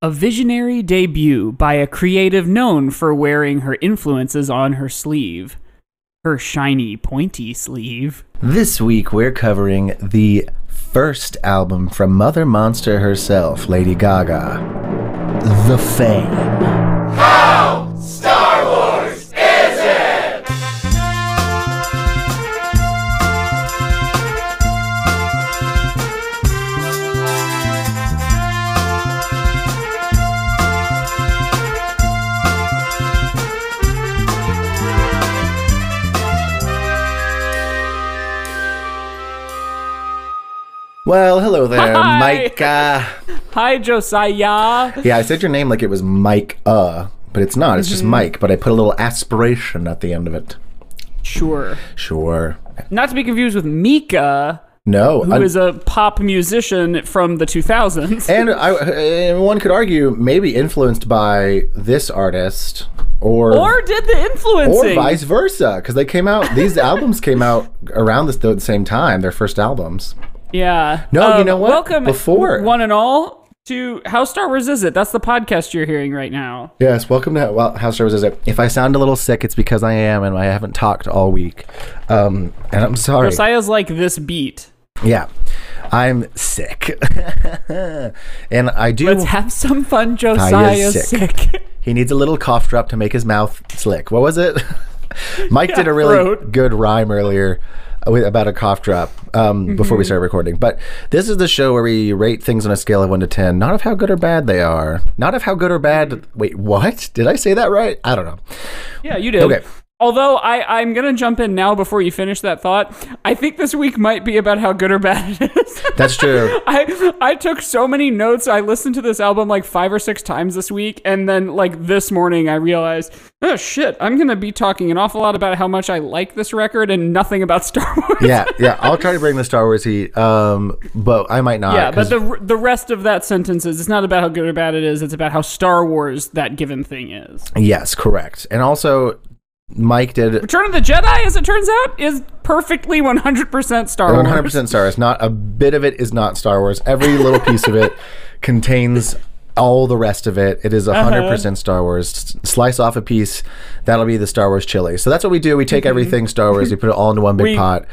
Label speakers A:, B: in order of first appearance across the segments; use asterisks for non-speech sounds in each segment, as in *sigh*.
A: A visionary debut by a creative known for wearing her influences on her sleeve. Her shiny, pointy sleeve.
B: This week we're covering the first album from Mother Monster herself, Lady Gaga, The Fame. Well, hello there, Uh,
A: Hi.
B: Micah.
A: Hi, Josiah.
B: Yeah, I said your name like it was Mike uh, but it's not. It's just
A: Mm-hmm.
B: Mike, but I put a little aspiration at the end of it.
A: Sure.
B: Sure.
A: Not to be confused with Mika,
B: No.
A: who
B: un-
A: is a pop musician from the 2000s.
B: and I, and one could argue maybe influenced by this artist
A: *laughs*
B: or
A: Or did the
B: or
A: influencing.
B: vice versa because they came out
A: *laughs*
B: these albums came out around this though at the same time their first albums
A: Yeah. Uh,
B: No, you know what?
A: Welcome,
B: Before-
A: one and all, to How Star Wars Is It? That's the podcast you're hearing right now.
B: yes welcome to well house service is it if i sound a little sick it's because i am and i haven't talked all week um and i'm sorry
A: Josiah's like this beat.
B: yeah i'm sick *laughs* and i do
A: Let's have some fun,
B: Josiah's
A: Josiah's
B: sick.
A: sick. *laughs*
B: he needs a little cough drop to make his mouth slick what was it *laughs* mike did a really
A: throat.
B: good rhyme earlier with- about a cough drop um,
A: Mm-hmm.
B: before we started recording but this is the show where we rate things on a scale of 1 to 10 not of how good or bad they are not of how good or bad
A: Mm-hmm.
B: wait what did i say that right i don't know
A: yeah, you did.
B: Okay.
A: Although I, I'm gonna jump in now before you finish that thought. I think this week might be about how good or bad it is. *laughs*
B: that's true
A: I I took so many notes. I listened to this album like five or six times this week, and then like this morning I realized, oh shit, I'm gonna be talking an awful lot about how much I like this record and nothing about *laughs* Star Wars.
B: yeah yeah i'll try to bring the star wars heat um, but i might not
A: Yeah, but
B: 'cause-
A: the the rest of that sentence is it's not about how good or bad it is. It's about how Star Wars that given thing is.
B: yes correct and also mike did
A: Return of the Jedi, as it turns out, is perfectly 100% Star
B: One
A: Wars.
B: hundred percent Star Wars. Not a bit of it is not Star Wars. Every little piece
A: *laughs*
B: of it contains all the rest of it. It is
A: Uh-huh.
B: hundred percent Star Wars. S- Slice off a piece. That'll be the Star Wars chili. So that's what we do. We take everything Star Wars. We put it all into one big
A: Mm-hmm. We-
B: pot.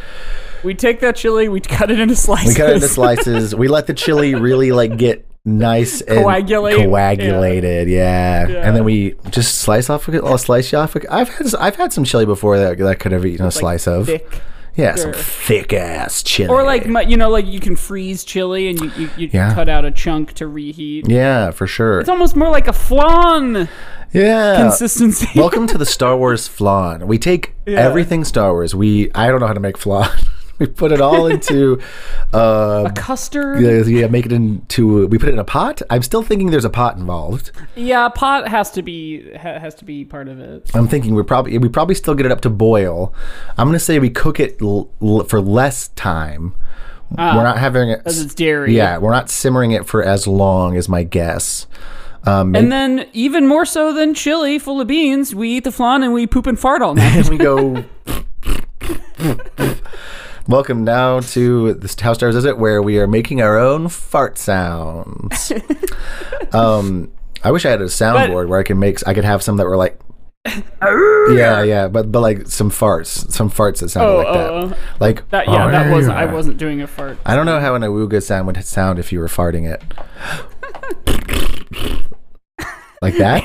A: We take that chili, we cut it into slices.
B: We cut it into slices. we let the chili really like get nice and
A: Coagulate.
B: coagulated. Yeah. and then we just slice off. A, I'll slice you off. A, I've had I've had some chili before that that could have eaten a slice of.
A: Thick.
B: Yeah, some
A: sure.
B: thick ass chili.
A: Or like my- you know, like you can freeze chili and you, you, you
B: Yeah.
A: cut out a chunk to reheat.
B: yeah, Uh, for sure.
A: It's almost more like a flan
B: Yeah.
A: *laughs* consistency.
B: Welcome to the Star Wars flan. We take everything Star Wars. We I don't know how to make flan. *laughs* We put it
A: *laughs*
B: all into uh
A: Custard.
B: yeah, yeah, make it into we put it in a pot. I'm still thinking there's a pot involved.
A: Yeah, pot has to be ha- has to be part of it.
B: I'm thinking we probably we probably still get it up to boil. I'm going to say we cook it l- l- for less time. we're not having it
A: Ah, Because it's dairy.
B: Yeah, we're not simmering it for as long is my guess.
A: And then even more so than chili full of beans, we eat the flan and we poop and fart all
B: *laughs*
A: night.
B: and
A: *laughs*
B: we go. Welcome now to this How Stars Is It, where we are making our own
A: *laughs*
B: fart sounds. um, I wish I had a soundboard where I could make, I could have some that
A: *laughs*
B: were like, yeah, yeah, but but like some farts, some farts that sounded
A: Oh,
B: like
A: oh,
B: that,
A: oh.
B: like
A: That, yeah, that was I
B: "Arrgh."
A: wasn't doing a fart. *laughs*
B: I don't know how an awooga sound would sound if you were farting it, like that.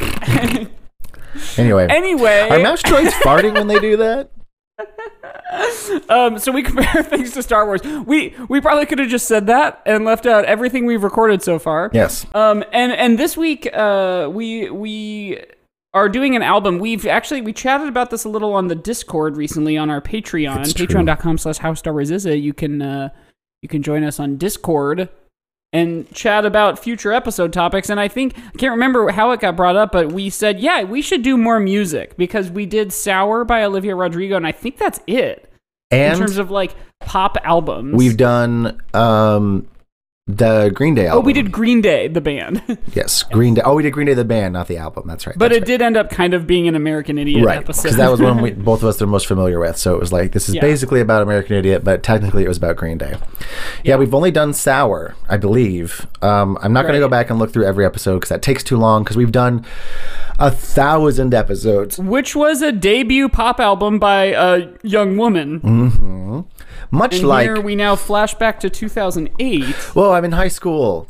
B: *laughs* Yeah. anyway, are
A: Anyway,
B: mouse droids farting when they do that?
A: *laughs* um, so we *laughs* compare things to Star Wars. We we probably could have just said that and left out everything we've recorded so far.
B: Yes.
A: Um, and and this week, uh, we we are doing an album. We've actually we chatted about this a little on the Discord recently on our Patreon,
B: It's true.
A: Patreon.com/slash How Star Wars Is It. You can uh, you can join us on Discord and chat about future episode topics. And I think I can't remember how it got brought up, but we said, yeah, we should do more music because we did "Sour" by Olivia Rodrigo, and I think that's it in
B: And
A: terms of like pop albums.
B: we've done um The Green Day album.
A: Oh, we did Green Day, the band. *laughs*
B: Yes, Green Day. Oh, we did Green Day the band, not the album. That's right.
A: but
B: that's
A: it did end up kind of being an American Idiot
B: right
A: episode.
B: because that
A: *laughs*
B: was one we both of us are most familiar with so it was like this is
A: Yeah.
B: basically about american idiot but technically it was about green day yeah, we've only done sour i believe um, i'm not going to
A: Right.
B: go back and look through every episode because that takes too long because we've done a thousand episodes
A: which was a debut pop album by a young woman.
B: much
A: And
B: Mm, like
A: here we now flash back to 2008.
B: whoa i'm in high school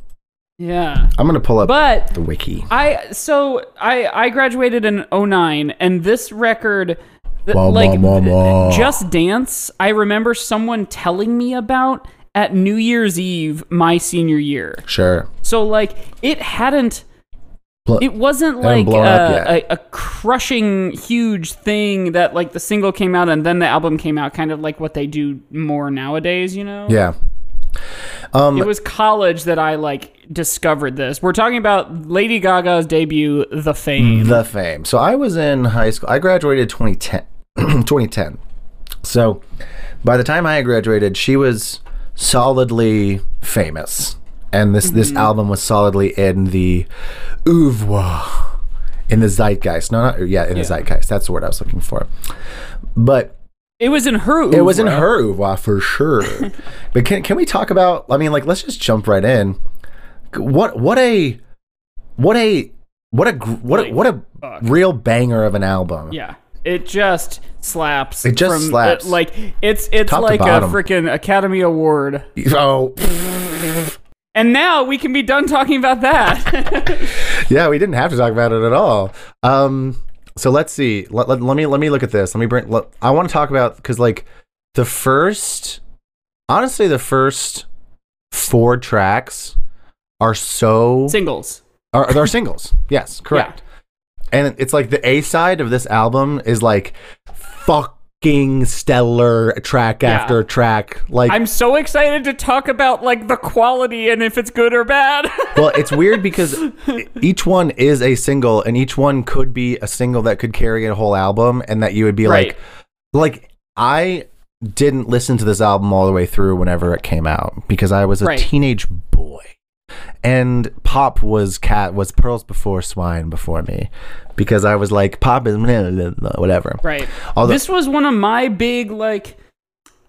A: Yeah.
B: i'm going to pull up
A: But
B: the wiki
A: I so I I graduated in 09 and this record th-
B: Wah, wah,
A: like
B: wah,
A: th-
B: wah.
A: Just Dance I remember someone telling me about at New Year's Eve my senior year.
B: sure
A: So like it hadn't
B: Bl-
A: it wasn't
B: Hadn't
A: like
B: blown up
A: a, a, a crushing huge thing that like the single came out and then the album came out kind of like what they do more nowadays, you know?
B: yeah
A: It was college that I like discovered this. We're talking about Lady Gaga's debut, The Fame.
B: the fame so i was in high school i graduated *clears throat* 2010 2010 so by the time i graduated she was solidly famous and this this album was solidly in the oeuvre in the zeitgeist no not yeah in the zeitgeist that's the word i was looking for but
A: It was in her.
B: it was in her oeuvre for sure but can, can we talk about i mean like let's just jump right in what what a what a what a gr- what a, what a real banger of an album
A: Yeah, it just slaps.
B: It just slaps.
A: it- like it's it's
B: Top to
A: like a
B: bottom.
A: freaking Academy Award.
B: *laughs* oh *laughs*
A: And now we can be done talking about that. *laughs*
B: yeah we didn't have to talk about it at all um so let's see let, let, let me let me look at this let me bring let, i want to talk about because like the first honestly the first four tracks are so
A: Singles.
B: are, are singles yes correct and it's like the A side of this album is like fucking stellar track
A: Yeah.
B: after track. Like,
A: I'm so excited to talk about like the quality and if it's good or bad.
B: *laughs*
A: *laughs*
B: well, it's weird because e-, each one is a single, and each one could be a single that could carry a whole album, and that you would be
A: Right.
B: like, like I didn't listen to this album all the way through whenever it came out because I was a
A: Right.
B: teenage boy. And pop was cat was pearls before swine before me, because I was like pop is *laughs* whatever.
A: right.
B: Although-
A: this was one of my big like.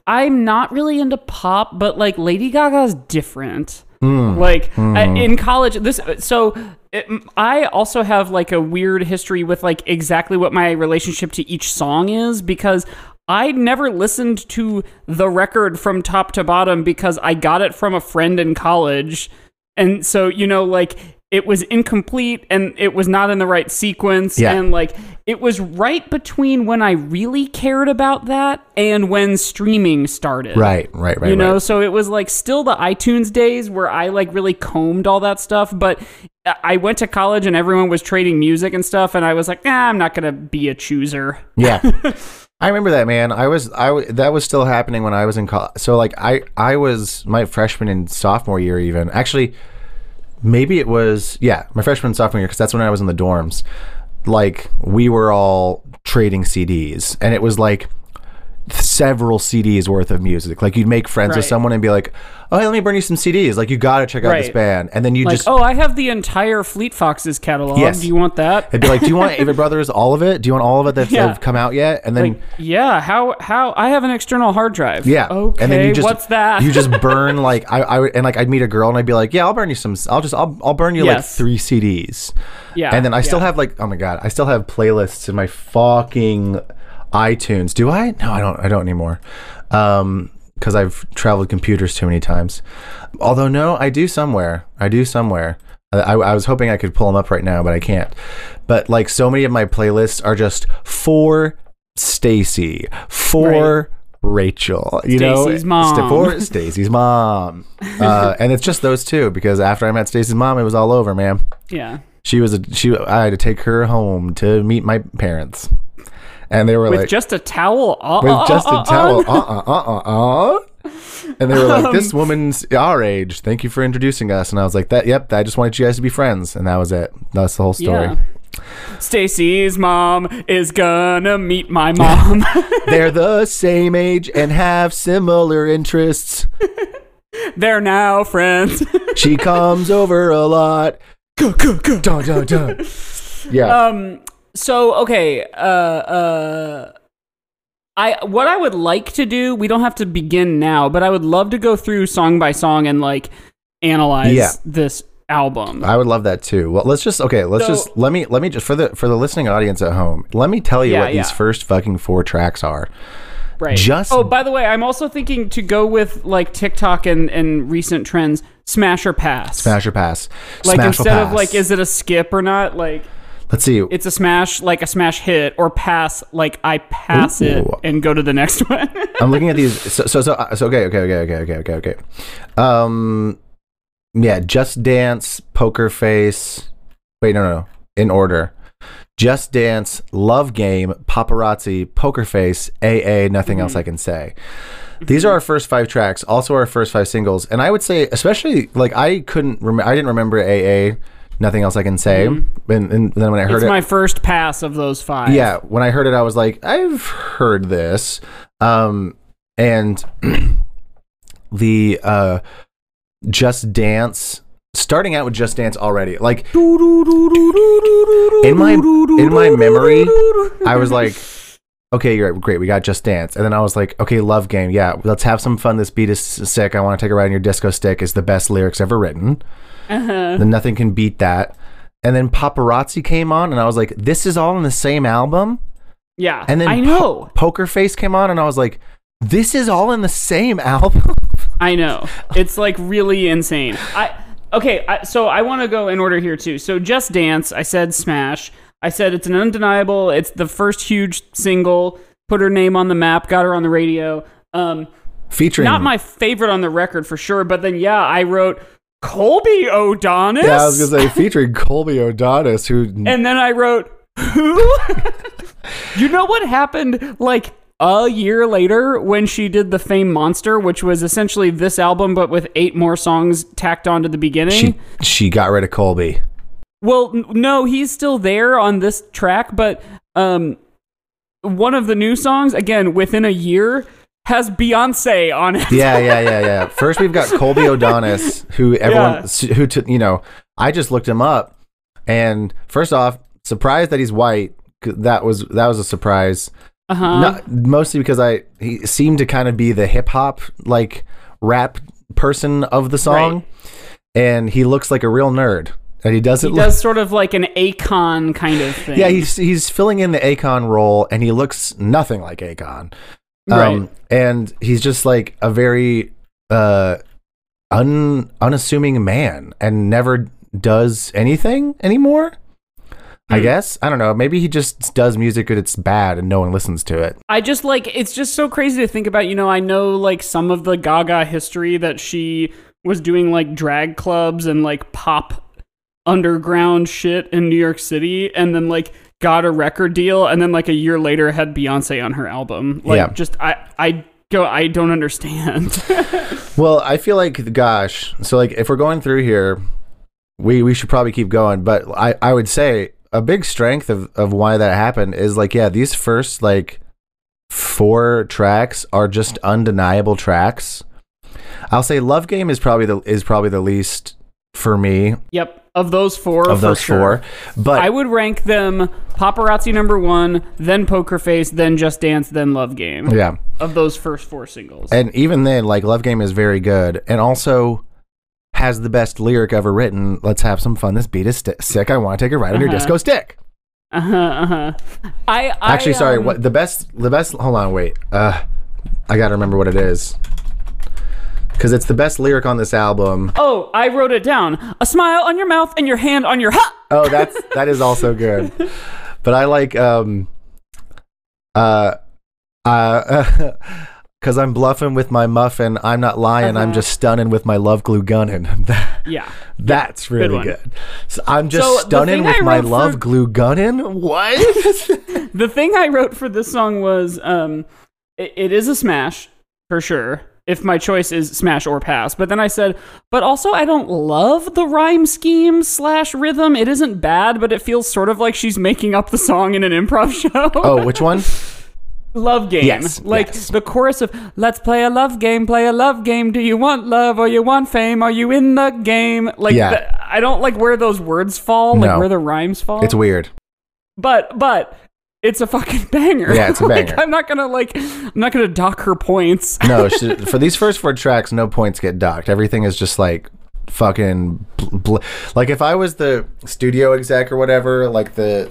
A: I'm not really into pop, but like Lady Gaga's different.
B: Mm.
A: like I- in college this so it, i also have like a weird history with like exactly what my relationship to each song is because i never listened to the record from top to bottom because i got it from a friend in college and so you know like it was incomplete and it was not in the right sequence
B: Yeah.
A: and like it was right between when i really cared about that and when streaming started
B: Right, right, right.
A: you know
B: right.
A: so it was like still the itunes days where i like really combed all that stuff but I- i went to college and everyone was trading music and stuff and i was like nah, i'm not gonna be a chooser *laughs*
B: Yeah. I remember that man. I was I w- that was still happening when I was in college. So like I I was my freshman and sophomore year even. Actually maybe it was yeah, my freshman and sophomore year cuz that's when I was in the dorms. Like we were all trading CDs and it was like several CDs worth of music. Like you'd make friends with
A: Right.
B: someone and be like, "Oh, hey, let me burn you some CDs. Like you got to check out this
A: Right.
B: band." And then you
A: like
B: just
A: oh i have the entire fleet foxes catalog
B: Yes.
A: do you want that
B: It'd be like, "Do you want Avid Brothers all of it? Do you want all of it
A: *laughs*
B: that's
A: Yeah.
B: have come out yet?" And then
A: yeah how how i have an external hard drive
B: Yeah.
A: okay
B: And then you just,
A: what's that
B: you just burn like I, I would- and like I'd meet a girl and I'd be like, yeah, I'll burn you some. I'll just I'll, I'll burn you like
A: Yes.
B: three CDs.
A: *laughs* yeah
B: and then I still
A: yeah.
B: have like oh my god, I still have playlists in my fucking iTunes. Do I? No, I don't. I don't anymore. Um, because I've traveled computers too many times. Although no, I do somewhere. I do somewhere. I, I, I was hoping I could pull them up right now, but I can't. But like so many of my playlists are just for Stacy, for Rachel, you know,
A: Stacy's mom.
B: Sta- for
A: *laughs*
B: Stacy's mom, uh, and it's just those two because after I met Stacy's mom, it was all over, man
A: yeah
B: she was a she i had to take her home to meet my parents and they were
A: with
B: like
A: just a towel uh,
B: with
A: uh,
B: just
A: uh,
B: a
A: uh,
B: towel
A: uh. Um.
B: uh-uh uh-uh uh and they were like this woman's our age thank you for introducing us and i was like that yep i just wanted you guys to be friends and that was it that's the whole story
A: yeah Stacy's mom is gonna meet my
B: *laughs*
A: mom. *laughs*
B: they're the same age and have similar interests
A: They're now
B: *laughs*
A: friends.
B: she comes over a
A: *laughs*
B: lot. Go, go, go. Dun, dun, dun. Yeah.
A: Um. So okay. Uh. Uh. I what I would like to do. We don't have to begin now, but I would love to go through song by song and like analyze
B: Yeah.
A: this album.
B: I would love that too. Well, let's just okay. Let's
A: So-
B: just let me let me just for the for the listening audience at home. Let me tell you
A: Yeah,
B: what these
A: yeah.
B: first fucking four tracks are.
A: right.
B: just-
A: Oh, by the way, I'm also thinking to go with like TikTok and and recent trends. Smash or pass.
B: Smash or pass.
A: Like
B: smash or
A: instead
B: pass.
A: of like, is it a skip or not? Like
B: let's see.
A: it's a smash, like a smash hit, or pass, like I pass it
B: Ooh.
A: and go to the next *laughs* one.
B: I'm looking at these. So so so, uh, so okay okay okay okay okay okay okay. Um, yeah. Just Dance, Poker Face. Wait, no, no, in order. Just Dance, Love Game, Paparazzi, Poker Face, AA. Nothing else I can say. These are our first five tracks. Also our first five singles. And I would say, especially like I couldn't. Rem- I didn't remember AA. Nothing else I can say. And, and then when I heard
A: it's
B: it,
A: my first pass of those five.
B: yeah when i heard it i was like i've heard this um and *clears throat* the uh just dance starting out with just dance already like
A: In
B: my- in my memory, i
A: *laughs*
B: was like okay you're great we got just dance and then i was like okay love game yeah let's have some fun this beat is sick i want to take a ride on your disco stick is the best lyrics ever written
A: uh
B: then nothing can beat that and then paparazzi came on and i was like this is all in the same album
A: yeah,
B: And then
A: I
B: po-
A: know,
B: Poker Face came on, and I was like, this is all in the same *laughs* album.
A: I know, it's like really insane. I okay, I, so I want to go in order here too. So Just Dance, I said Smash, I said it's an undeniable. It's the first huge single. Put her name on the map. Got her on the radio. Um,
B: Featuring.
A: not my favorite on the record for sure, but then yeah, I wrote Colby O'Donis.
B: Yeah, I was going to say, featuring Colby O'Donis, who.
A: *laughs* and then I wrote who? *laughs* you know what happened like a year later when she did the Fame Monster, which was essentially this album but with eight more songs tacked on to the beginning.
B: she, she got rid of Colby.
A: Well, n- no, he's still there on this track, but um, one of the new songs again within a year has Beyonce on it.
B: Yeah, yeah, yeah, yeah. First, we've got Colby O'Donis, who everyone, who, took you know, I just looked him up. And first off, surprised that he's white. 'cause That was that was a surprise.
A: Uh huh.
B: Not, mostly because I he seemed to kind of be the hip hop like rap person of the song,
A: Right.
B: and he looks like a real nerd, and he doesn't.
A: He
B: look-
A: does sort of like an Akon kind of thing.
B: *laughs* yeah, he's he's filling in the Akon role, and he looks nothing like Akon. Um,
A: Right.
B: And he's just like a very uh, un unassuming man, and never does anything anymore. I
A: Hmm.
B: guess I don't know. Maybe he just does music, and it's bad, and no one listens to it.
A: I just like it's just so crazy to think about. You know, I know like some of the Gaga history that she was doing like drag clubs and like pop underground shit in New York City, and then like got a record deal, and then like a year later had Beyonce on her album. Like,
B: Yeah.
A: just I I go I don't understand. *laughs*
B: Well, I feel like gosh, so like if we're going through here, we we should probably keep going, but I I would say a big strength of of why that happened is like yeah, these first like four tracks are just undeniable tracks. I'll say Love Game is probably the is probably the least for me
A: yep, of those four,
B: of
A: Oh, for
B: those
A: sure.
B: four, but
A: I would rank them paparazzi number one, then Poker Face, then Just Dance, then Love Game.
B: yeah.
A: Of those first four singles,
B: And even then, like Love Game is very good, and also has the best lyric ever written. Let's have some fun. This beat is sti sick. I want to take a ride on your
A: Uh-huh.
B: disco stick.
A: uh-huh, uh-huh. I, I
B: Actually, sorry.
A: um,
B: What the best? The best. Hold on. Wait. Uh, I gotta remember what it is because it's the best lyric on this album.
A: Oh, I wrote it down. A smile on your mouth and your hand on your ha.
B: Oh,
A: *laughs*
B: that's that is also good. But I like um uh uh. *laughs* Cause I'm bluffing with my muffin, I'm not lying,
A: Uh-huh.
B: I'm just stunning with my love glue gunning. *laughs*
A: Yeah.
B: That's really
A: one.
B: good. So I'm just
A: So, the
B: stunning
A: thing
B: with
A: I
B: my
A: wrote for-
B: love glue gunning.
A: *laughs*
B: What?
A: The thing I wrote for this song was um it, it is a smash for sure. If my choice is smash or pass, but then I said, but also I don't love the rhyme scheme slash rhythm. It isn't bad, but it feels sort of like she's making up the song in an improv *laughs* show.
B: oh, which one?
A: love game.
B: Yes,
A: Like
B: yes.
A: the chorus of let's play a love game, play a love game. Do you want love or you want fame? Are you in the game? Like
B: Yeah.
A: the, I don't like where those words fall, like
B: No.
A: where the rhymes fall.
B: It's weird.
A: but but it's a fucking *laughs* banger.
B: Yeah, it's a
A: Like,
B: banger.
A: I'm not gonna like I'm not gonna dock her points.
B: No, she, for these first four tracks, no points get docked. Everything is just like fucking bl- bl- like if I was the studio exec or whatever, like the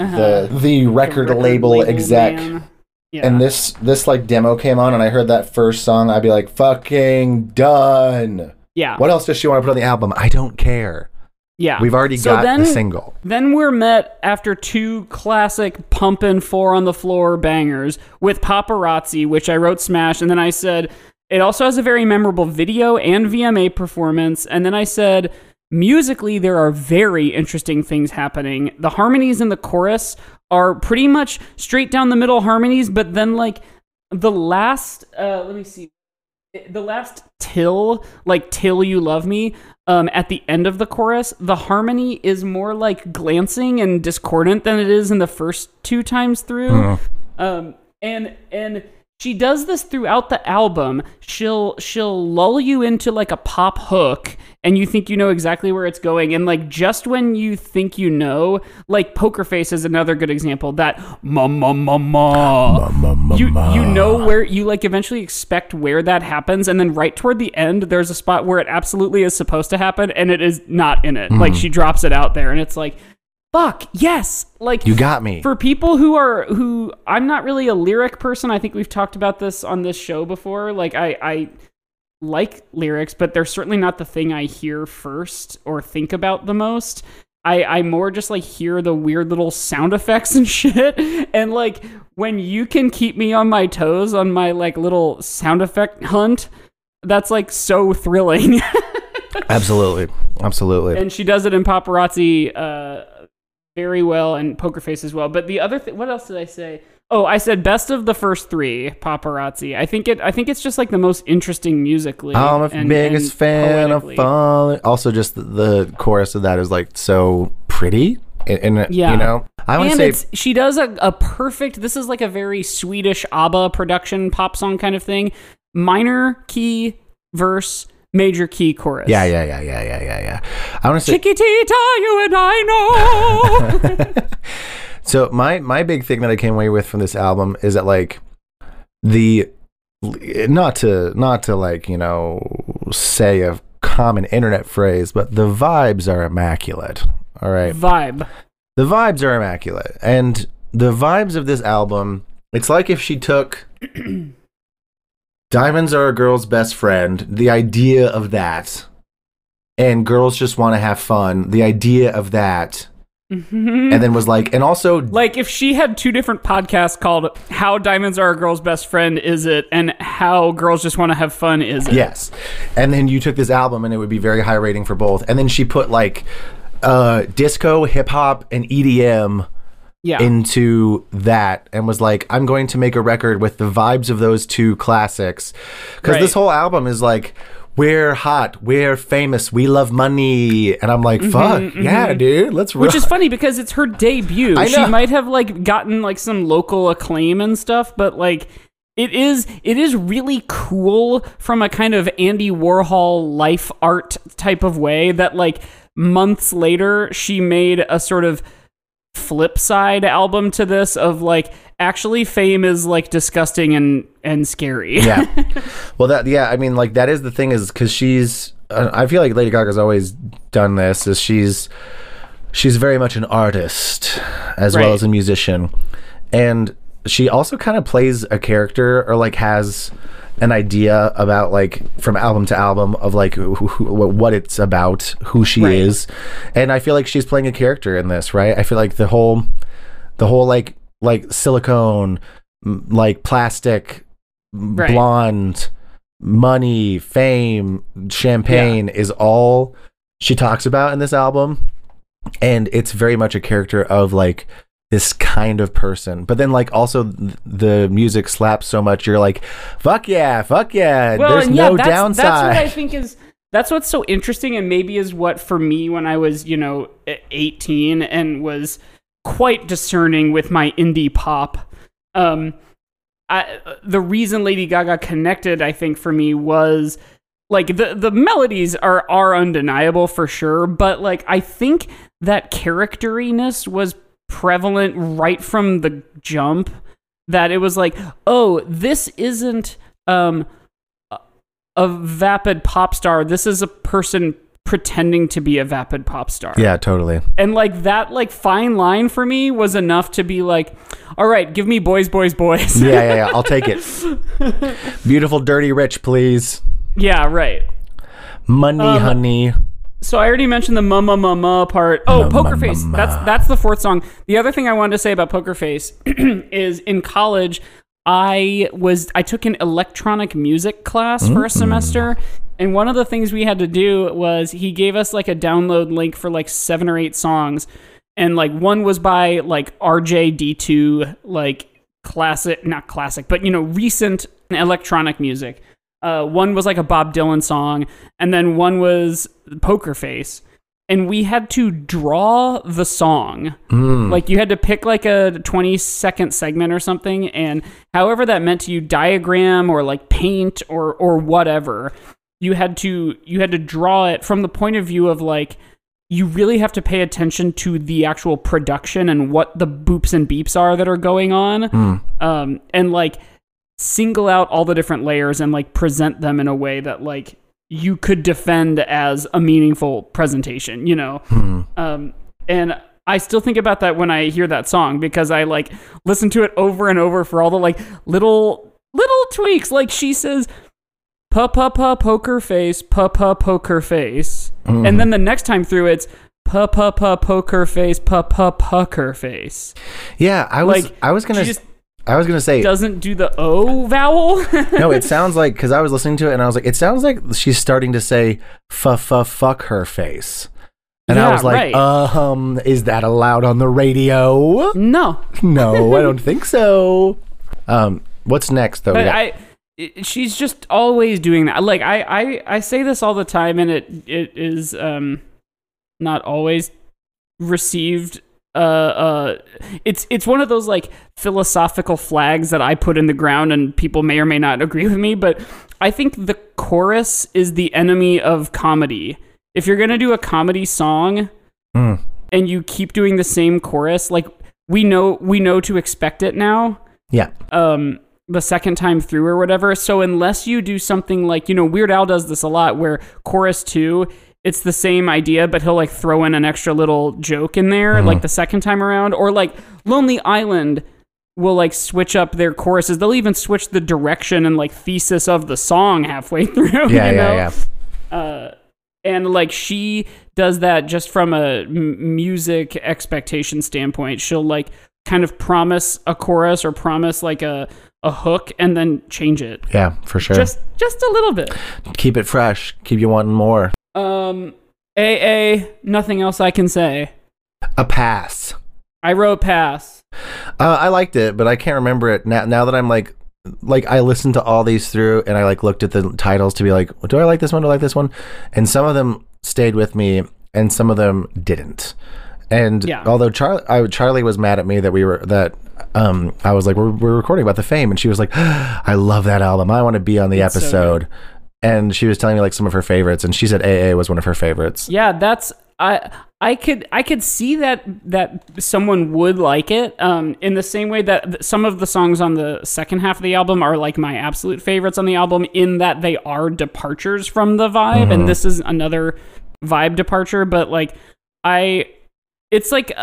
B: the the record,
A: Uh-huh. Record
B: label, exec.
A: man. Yeah.
B: And this this like demo came on, and I heard that first song. I'd be like, "Fucking done."
A: yeah.
B: What else does she want to put on the album? I don't care.
A: yeah.
B: We've already
A: So
B: got
A: then-
B: the single.
A: Then we're met after two classic pumpin' four on the floor bangers with paparazzi, which I wrote smash, and then I said it also has a very memorable video and VMA performance, and then I said musically there are very interesting things happening. The harmonies in the chorus are pretty much straight down the middle harmonies, but then like the last uh let me see the last till like till you love me um at the end of the chorus the harmony is more like glancing and discordant than it is in the first two times through um and and she does this throughout the album she'll she'll lull you into like a pop hook and you think you know exactly where it's going and like just when you think you know like poker face is another good example that ma ma ma ma you you know where you like eventually expect where that happens and then right toward the end there's a spot where it absolutely is supposed to happen and it is not in it like she drops it out there and it's like fuck yes like
B: You got me.
A: for people who are who I'm not really a lyric person. I think we've talked about this on this show before. Like I I like lyrics, but they're certainly not the thing I hear first or think about the most. I I more just like hear the weird little sound effects and *laughs* shit and like when you can keep me on my toes on my like little sound effect hunt, that's like so thrilling. *laughs*
B: absolutely, absolutely.
A: and she does it in paparazzi uh, very well and poker face as well but the other thing what else did i say oh i said best of the first three paparazzi i think it i think it's just like the most interesting musically
B: I'm the
A: and-
B: biggest
A: and
B: fan of
A: poetically.
B: falling. Also, just the, the chorus of that is like so pretty, and, and
A: Yeah.
B: you know, I want to
A: and
B: say
A: it's, she does a, a perfect this is like a very swedish abba production pop song kind of thing minor key verse major key chorus
B: yeah, yeah, yeah, yeah, yeah, yeah, yeah. I want to say
A: chiquitita you and i know
B: so. My my big thing that I came away with from this album is that like the not to not to like you know say a common internet phrase, but the vibes are immaculate. All *laughs* right,
A: vibe
B: the vibes are immaculate and the vibes of this album it's like if she took *clears throat* diamonds are a girl's best friend the idea of that and girls just want to have fun the idea of that and then was like and also
A: Like if she had two different podcasts called "How Diamonds Are a Girl's Best Friend," is it, and "How Girls Just Want to Have Fun," is it?
B: yes and then you took this album and it would be very high rating for both and then she put like uh disco hip hop and E EDM
A: yeah.
B: into that and was like, I'm going to make a record with the vibes of those two classics. Because
A: Right.
B: this whole album is like, we're hot, we're famous, we love money. And I'm like, fuck, yeah, dude, let's
A: Mm-hmm, Which is
B: rock.
A: funny because it's her debut.
B: I
A: She
B: know.
A: might have like gotten like some local acclaim and stuff, but like it is it is really cool from a kind of Andy Warhol life art type of way that like months later she made a sort of flip side album to this of like actually fame is like disgusting and and scary.
B: yeah. *laughs* Well, that, yeah, I mean, like, that is the thing is because she's, uh, I feel like Lady Gaga's always done this, is she's, she's very much an artist as
A: Right.
B: well as a musician. And she also kind of plays a character or like has an idea about like from album to album of like who, who, what it's about, who she
A: Right.
B: is. And I feel like she's playing a character in this, right? I feel like the whole the whole like like silicone m- like plastic m-
A: Right.
B: blonde money, fame, champagne is all she talks about in this album and it's very much a character of like this kind of person but then like also th- the music slaps so much you're like fuck yeah fuck yeah there's
A: and
B: no downside *laughs*
A: That's what I think is that's what's so interesting, and maybe is what for me when I was you know e- eighteen and was quite discerning with my indie pop. Um, I, the reason Lady Gaga connected, I think, for me was like the the melodies are are undeniable for sure, but like I think that characteriness was prevalent right from the jump. That it was like, oh, this isn't um a vapid pop star. This is a person pretending to be a vapid pop star.
B: Yeah, totally.
A: And like that like fine line for me was enough to be like, all right, give me boys, boys, boys.
B: yeah, yeah, yeah. I'll take it. Beautiful, dirty, rich, please.
A: *laughs* Yeah, right.
B: Money, um, honey.
A: So I already mentioned the ma ma ma ma part. Oh, ma, Poker ma, Face. Ma, that's that's the fourth song. The other thing I wanted to say about Poker Face *clears throat* is in college I was I took an electronic music class for a semester and one of the things we had to do was he gave us like a download link for like seven or eight songs and like one was by like RJD2 like classic not classic but you know recent electronic music. Uh, one was like a Bob Dylan song and then one was Poker Face and we had to draw the song.
B: Mm.
A: Like you had to pick like a 20 second segment or something and however that meant to you diagram or like paint or or whatever. You had to you had to draw it from the point of view of like you really have to pay attention to the actual production and what the boops and beeps are that are going on.
B: Mm.
A: Um, and like single out all the different layers and like present them in a way that like you could defend as a meaningful presentation, you know?
B: Hmm.
A: Um, and I still think about that when I hear that song because I like listen to it over and over for all the like little, little tweaks. Like she says, pa pa pa poker face, pa pa poker face. Mm. And
B: Mm-hmm.
A: then the next time through, it's pa pa pa poker face, pa pa pucker face.
B: Yeah, I was, like, I was gonna. Just, I was gonna say
A: doesn't do the O vowel.
B: no,
A: *laughs*
B: it sounds like because I was listening to it and I was like, it sounds like she's starting to say "fuff fuff fuck her face," and
A: Yeah,
B: I was like,
A: right.
B: um, is that allowed on the radio? *laughs*
A: No,
B: no, I don't think so. Um, what's next though?
A: but
B: Yeah.
A: I. it- She's just always doing that. Like I, I, I say this all the time, and it it is um, not always received. Uh, uh, it's it's one of those like philosophical flags that I put in the ground, and people may or may not agree with me. But I think the chorus is the enemy of comedy. If you're gonna do a comedy song,
B: Mm.
A: and you keep doing the same chorus, like we know we know to expect it now
B: yeah,
A: um the second time through or whatever. So unless you do something like, you know, Weird Al does this a lot where chorus 2 it's the same idea but he'll like throw in an extra little joke in there
B: Uh-huh.
A: like the second time around or like Lonely Island will like switch up their choruses. They'll even switch the direction and like thesis of the song halfway *laughs* through,
B: yeah, yeah,
A: you know?
B: yeah.
A: uh, and like she does that just from a m- music expectation standpoint she'll like kind of promise a chorus or promise like a a hook and then change it
B: Yeah, for sure.
A: just just a little bit
B: keep it fresh. Keep you wanting more.
A: um aa nothing else i can say
B: A pass.
A: i wrote pass
B: Uh, I liked it, but I can't remember it now. Now that I'm like, like I listened to all these through, and I like looked at the titles to be like, do I like this one? Do I like this one? And some of them stayed with me, and some of them didn't. And
A: Yeah.
B: although Charlie, I, Charlie was mad at me that we were that. Um, I was like, we're, we're recording about the fame, and she was like, I love that album. I want to be on the
A: It's so good.
B: episode. and she was telling me like some of her favorites, and she said AA was one of her favorites.
A: yeah that's i i could i could see that that someone would like it um in the same way that th- some of the songs on the second half of the album are like my absolute favorites on the album in that they are departures from the vibe and this is another vibe departure but like i it's like *laughs*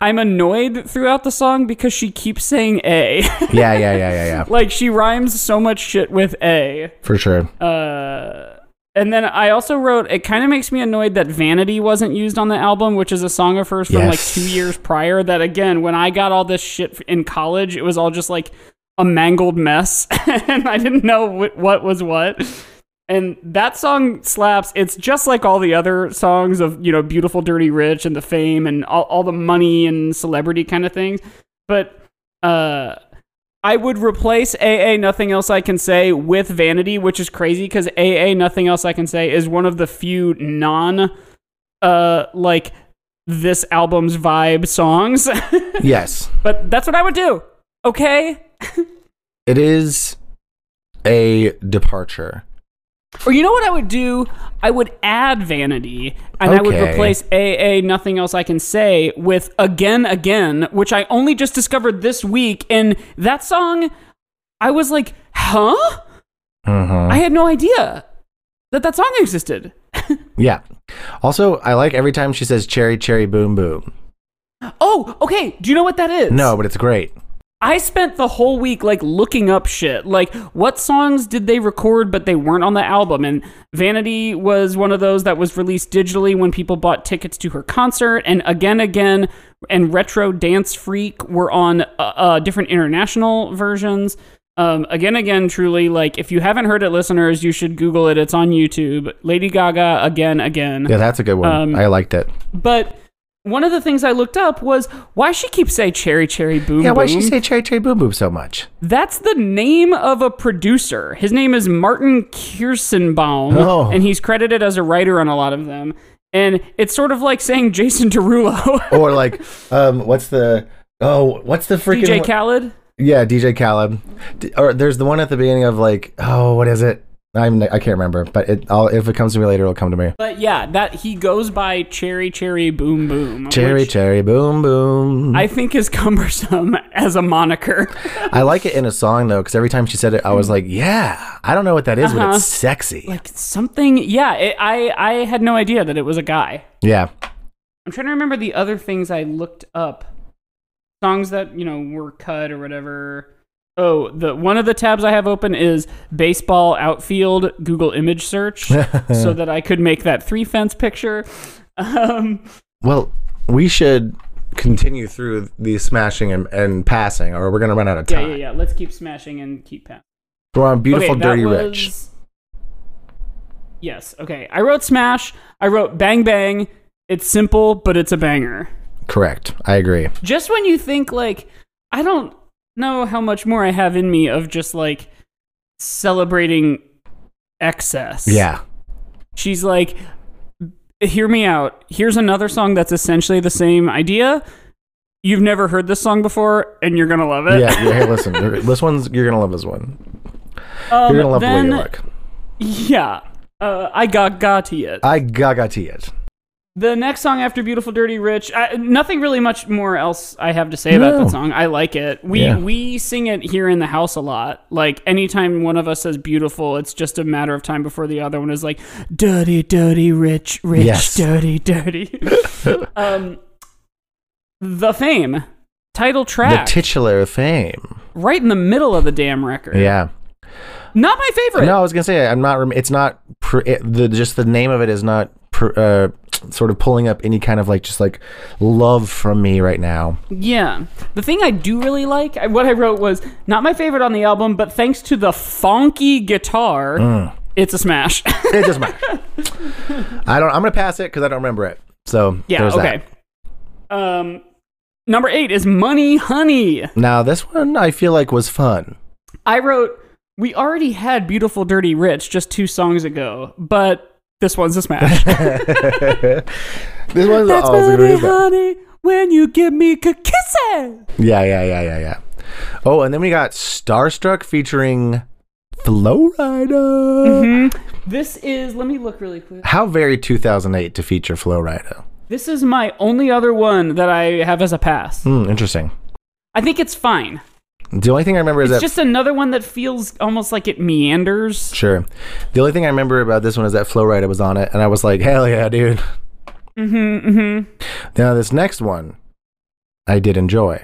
A: i'm annoyed throughout the song because she keeps saying a *laughs*
B: Yeah, yeah, yeah, yeah, yeah,
A: like she rhymes so much shit with a
B: for
A: *laughs*
B: sure.
A: uh, and then I also wrote. It kind of makes me annoyed that "Vanity" wasn't used on the album, which is a song of hers from
B: Yes.
A: like two years prior. That again, when I got all this shit in college, it was all just like a mangled mess, *laughs* and I didn't know what, what was what. And that song slaps. It's just like all the other songs of you know "Beautiful, Dirty, Rich" and the fame and all, all the money and celebrity kind of things. But uh, I would replace AA Nothing Else I Can Say with Vanity, which is crazy because AA Nothing Else I Can Say is one of the few non, uh, like this album's vibe songs. *laughs*
B: Yes.
A: but that's what I would do. Okay.
B: It is a departure.
A: Or you know what I would do? I would add vanity and I would
B: Okay.
A: replace AA nothing else I can say with again again, which I only just discovered this week and that song I was like, "Huh?
B: Mhm.
A: I had no idea that that song existed."
B: yeah. Also, I like every time she says "cherry, cherry, boom, boom."
A: Oh, okay. Do you know what that is?
B: No, but it's great.
A: I spent the whole week like looking up shit. Like what songs did they record but they weren't on the album? And Vanity was one of those that was released digitally when people bought tickets to her concert and again again and Retro Dance Freak were on uh, uh different international versions. Um again again truly like if you haven't heard it listeners, you should google it. It's on YouTube. Lady Gaga again again.
B: Yeah, that's a good one.
A: Um,
B: I liked it.
A: But one of the things I looked up was why she keeps saying cherry cherry boom
B: Yeah, why
A: boom.
B: she say "cherry, cherry, boom, boom" so much?
A: That's the name of a producer. His name is Martin Kirstenbaum,
B: Oh.
A: and he's credited as a writer on a lot of them. And it's sort of like saying Jason Derulo, *laughs*
B: Or like, um, what's the oh, what's the freaking
A: DJ
B: one-
A: Khaled.
B: Yeah, DJ Khaled. D- or there's the one at the beginning of like, oh, what is it? I'm I can't remember, but it I'll, if it comes to me later, it'll come to me.
A: But yeah, that he goes by Cherry Cherry Boom Boom,
B: Cherry,
A: which
B: cherry, boom, boom. I,
A: I think is *laughs* cumbersome as a moniker.
B: like it in a song though, because every time she said it, I was like, yeah, I don't know what that is, but
A: Mm. Uh-huh.
B: it's sexy.
A: Like something, yeah. It, I I had no idea that it was a guy.
B: yeah,
A: I'm trying to remember the other things I looked up. Songs that, you know, were cut or whatever. Oh, the one of the tabs I have open is baseball outfield Google image
B: *laughs*
A: search so that I could make that three fence picture. Um,
B: Well, we should continue through the smashing and, and passing, or we're gonna run out of
A: yeah,
B: time.
A: yeah, yeah. Let's keep smashing and keep passing.
B: We're on beautiful,
A: Okay, that
B: dirty,
A: was-
B: rich.
A: Yes. Okay. I wrote smash. I wrote bang bang. It's simple, but it's a banger.
B: Correct. I agree.
A: just when you think like i don't know how much more i have in me of just like celebrating excess *laughs*
B: Yeah.
A: she's like hear me out here's another song that's essentially the same idea you've never heard this song before and you're gonna love it
B: Yeah. yeah hey, listen. This one's you're gonna love this one.
A: *laughs* Um,
B: You're gonna love
A: then,
B: the way you look.
A: yeah uh, i got got to it
B: I gaga to it.
A: The next song after "Beautiful Dirty Rich," I, nothing really much more else I have to say about
B: No.
A: that song. I like it. We
B: Yeah.
A: we sing it here in the house a lot. Like anytime one of us says "beautiful," it's just a matter of time before the other one is like "dirty, dirty, rich, rich,
B: Yes.
A: dirty,
B: *laughs*
A: dirty." um, the fame title
B: The
A: track,
B: titular fame.
A: right in the middle of the damn record.
B: Yeah.
A: not my favorite.
B: No, I was gonna say I'm not. rem- It's not. Pr- it, the just the name of it is not pr- uh, sort of pulling up any kind of like just like love from me right now.
A: Yeah. The thing I do really like, I- what I wrote was not my favorite on the album, but thanks to the funky guitar, it's a smash. *laughs*
B: It doesn't matter. I don't. I'm gonna pass it because I don't remember it. So
A: yeah,
B: there's
A: okay. Um number 8 is Money Honey.
B: That. Now this one I feel like
A: *laughs*
B: was fun.
A: I wrote we already had Beautiful Dirty Rich just 2 songs ago, but this one's a smash.
B: This one's
A: That's
B: always gonna
A: money
B: be fun.
A: honey when you give me a kisses.
B: Yeah, yeah, yeah, yeah, yeah. Oh, and then we got Starstruck featuring Flowrider.
A: Mm-hmm. This is let me look really quick.
B: How very 2008 to feature Flowrider.
A: This is my only other one that I have as a pass.
B: Hmm, interesting.
A: I think it's fine.
B: The only thing I remember is
A: It's
B: that
A: just another one that feels almost like it meanders.
B: sure. The only thing I remember about this one is that Flowrider was on it, and I was like, hell yeah, dude.
A: Mm-hmm, mm-hmm.
B: Now this next one, I did enjoy.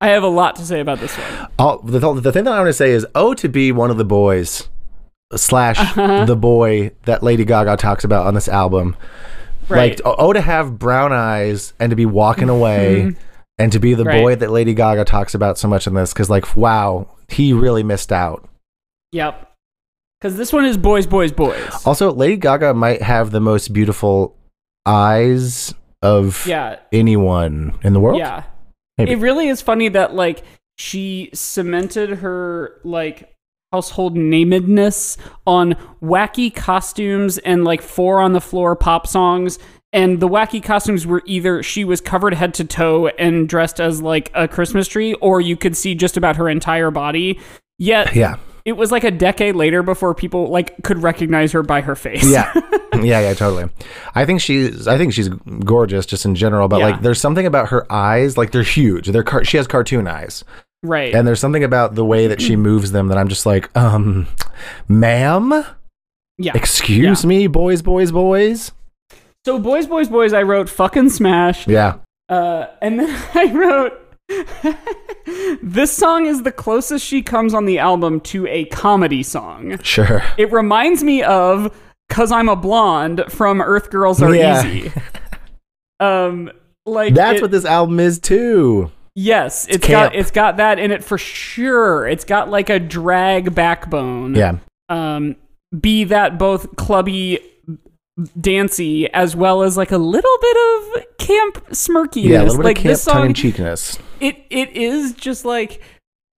A: I have a lot to say about this one.
B: All, the, the thing that I want to say is, oh, to be one of the boys slash
A: Uh-huh.
B: the boy that Lady Gaga talks about on this album.
A: Right. Mm-hmm.
B: Like, oh, oh, to have brown eyes and to be walking away and to be the
A: Right.
B: boy that Lady Gaga talks about so much in this. Cause, like, wow, he really missed out.
A: yep. Because this one is boys, boys, boys.
B: Also, Lady Gaga might have the most beautiful eyes of
A: Yeah.
B: anyone in the world.
A: Yeah.
B: Maybe.
A: It really is funny that like she cemented her like household namedness on wacky costumes and like four on the floor pop songs. And the wacky costumes were either she was covered head to toe and dressed as like a Christmas tree, or you could see just about her entire body. Yet
B: *laughs* Yeah.
A: it was like a decade later before people like could recognize her by her face.
B: Yeah. yeah, yeah, totally. I think she's I think she's gorgeous just in general, but
A: Yeah.
B: like there's something about her eyes, like they're huge. They're car- she has cartoon eyes.
A: *laughs* right.
B: And there's something about the way that
A: *clears throat*
B: she moves them that I'm just like, um, ma'am,
A: yeah.
B: excuse me, boys, boys, boys.
A: so boys, boys, boys. I wrote fucking smash.
B: Yeah.
A: Uh, and then *laughs* I wrote this song is the closest she comes on the album to a comedy song.
B: Sure.
A: It reminds me of "Cause I'm a Blonde" from Earth Girls Are
B: Yeah. *laughs*
A: Easy. Um, like
B: That's
A: it-
B: what this album is too.
A: Yes, it's
B: camp.
A: got it's got that in it for sure. It's got like a drag backbone.
B: Yeah.
A: Um, be that both clubby, dancey, as well as like a little bit of camp smirkiness.
B: Yeah, a little bit
A: like
B: of camp
A: this song,
B: tongue in cheekness.
A: it it is just like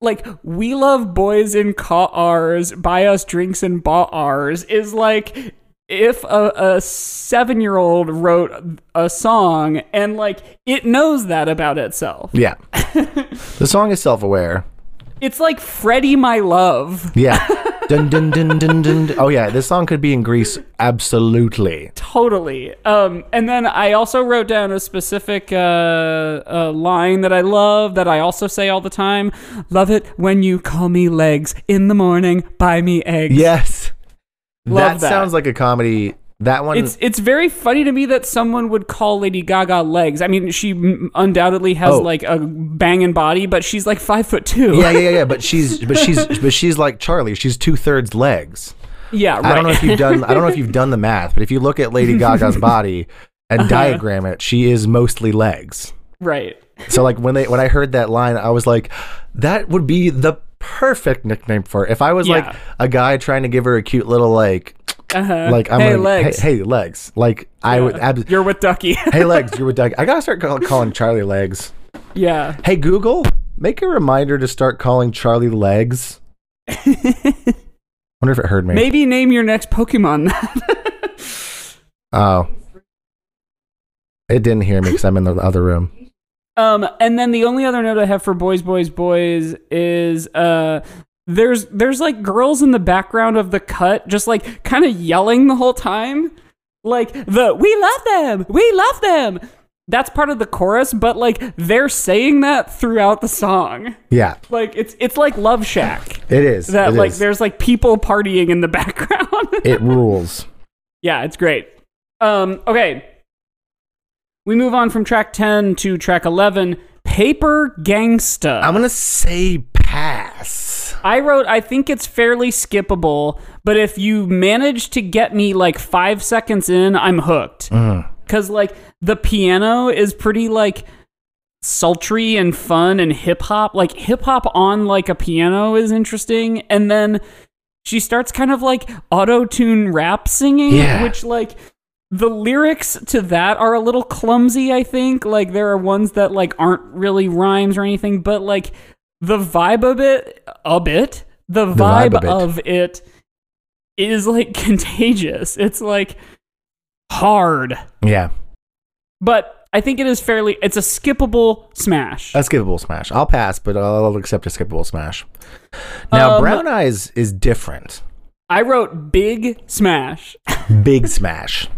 A: like we love boys in cars, buy us drinks in bars is like if a, a seven year old wrote a song and like it knows that about itself.
B: Yeah. the song is self aware.
A: It's like Freddie My Love.
B: Yeah. dun, dun, dun, dun, dun, dun. Oh, yeah. This song could be in Greece. Absolutely.
A: Totally. Um, and then I also wrote down a specific uh, uh, line that I love that I also say all the time. Love it when you call me legs in the morning, buy me eggs.
B: Yes.
A: Love that.
B: sounds like a comedy. That one.
A: It's it's very funny to me that someone would call Lady Gaga legs. I mean, she m- undoubtedly has
B: Oh.
A: like a banging body, but she's like five foot two.
B: yeah, yeah, yeah, yeah, but she's but she's but she's like Charlie. She's two thirds legs.
A: *laughs* Yeah, right.
B: I don't know if you've done I don't know if you've done the math, but if you look at Lady Gaga's body and
A: Uh-huh.
B: diagram it, she is mostly legs.
A: *laughs* right.
B: So like when they when I heard that line, I was like, that would be the perfect nickname for her. If I was
A: Yeah.
B: like a guy trying to give her a cute little like
A: Uh-huh.
B: like I'm
A: hey,
B: gonna,
A: legs.
B: hey hey legs like I would ab-
A: You're with Ducky. *laughs*
B: hey legs you're with Doug. I gotta start call- calling Charlie legs.
A: yeah.
B: Hey Google, make a reminder to start calling
A: *laughs*
B: Charlie legs. Wonder if it heard me.
A: Maybe name your next Pokemon. *laughs*
B: Oh. It didn't hear me because I'm in the other room.
A: Um, and then the only other note I have for boys, boys, boys is uh, there's there's like girls in the background of the cut, just like kind of yelling the whole time, like the "We love them, we love them." That's part of the chorus, but like they're saying that throughout the song.
B: Yeah,
A: Like it's it's like Love Shack
B: it is.
A: that
B: It
A: like
B: is.
A: there's like people partying in the *laughs* background.
B: it rules.
A: Yeah, it's great. Um, okay. We move on from track 10 to track 11, Paper Gangsta.
B: I'm gonna say pass.
A: I wrote, I think it's fairly skippable, but if you manage to get me like five seconds in, I'm hooked.
B: Mm-hmm.
A: Because, like, the piano is pretty, like, sultry and fun and hip hop. Like, hip hop on, like, a piano is interesting. And then she starts kind of like auto tune rap singing,
B: Yeah.
A: which, like, the lyrics to that are a little clumsy i think like there are ones that like aren't really rhymes or anything but like the vibe of it of it the
B: vibe
A: vibe,
B: of
A: of
B: it.
A: it is like *laughs* contagious it's like hard
B: Yeah,
A: but i think it is fairly it's a skippable smash
B: a skippable smash. I'll pass, but I'll accept a skippable smash. Now,
A: Um,
B: brown eyes is different.
A: i wrote big smash
B: Big smash.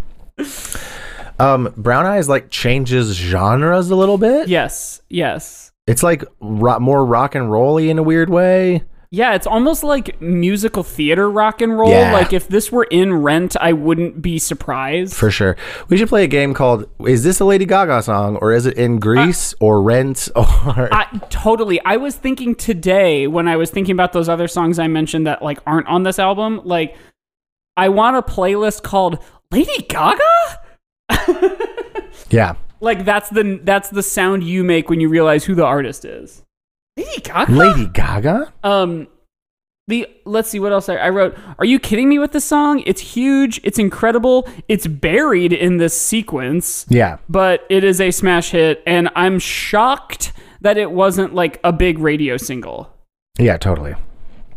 B: Um, brown eyes like changes genres a little bit.
A: yes yes
B: It's like ro- more rock and rolly in a weird way.
A: Yeah, it's almost like musical theater rock and roll.
B: Yeah.
A: Like if this were in Rent, I wouldn't be surprised.
B: For sure. We should play a game called Is This a Lady Gaga Song or Is It in Greece or Rent or.
A: Uh, I, totally. I was thinking today when I was thinking about those other songs I mentioned that like aren't on this album. Like, I want a playlist called Lady Gaga.
B: *laughs* yeah.
A: like that's the that's the sound you make when you realize who the artist is. Lady Gaga.
B: Lady Gaga?
A: Um, the let's see what else I, I wrote. Are you kidding me with this song? It's huge. It's incredible. It's buried in this sequence,
B: Yeah.
A: but it is a smash hit, and I'm shocked that it wasn't like a big radio single.
B: Yeah, totally.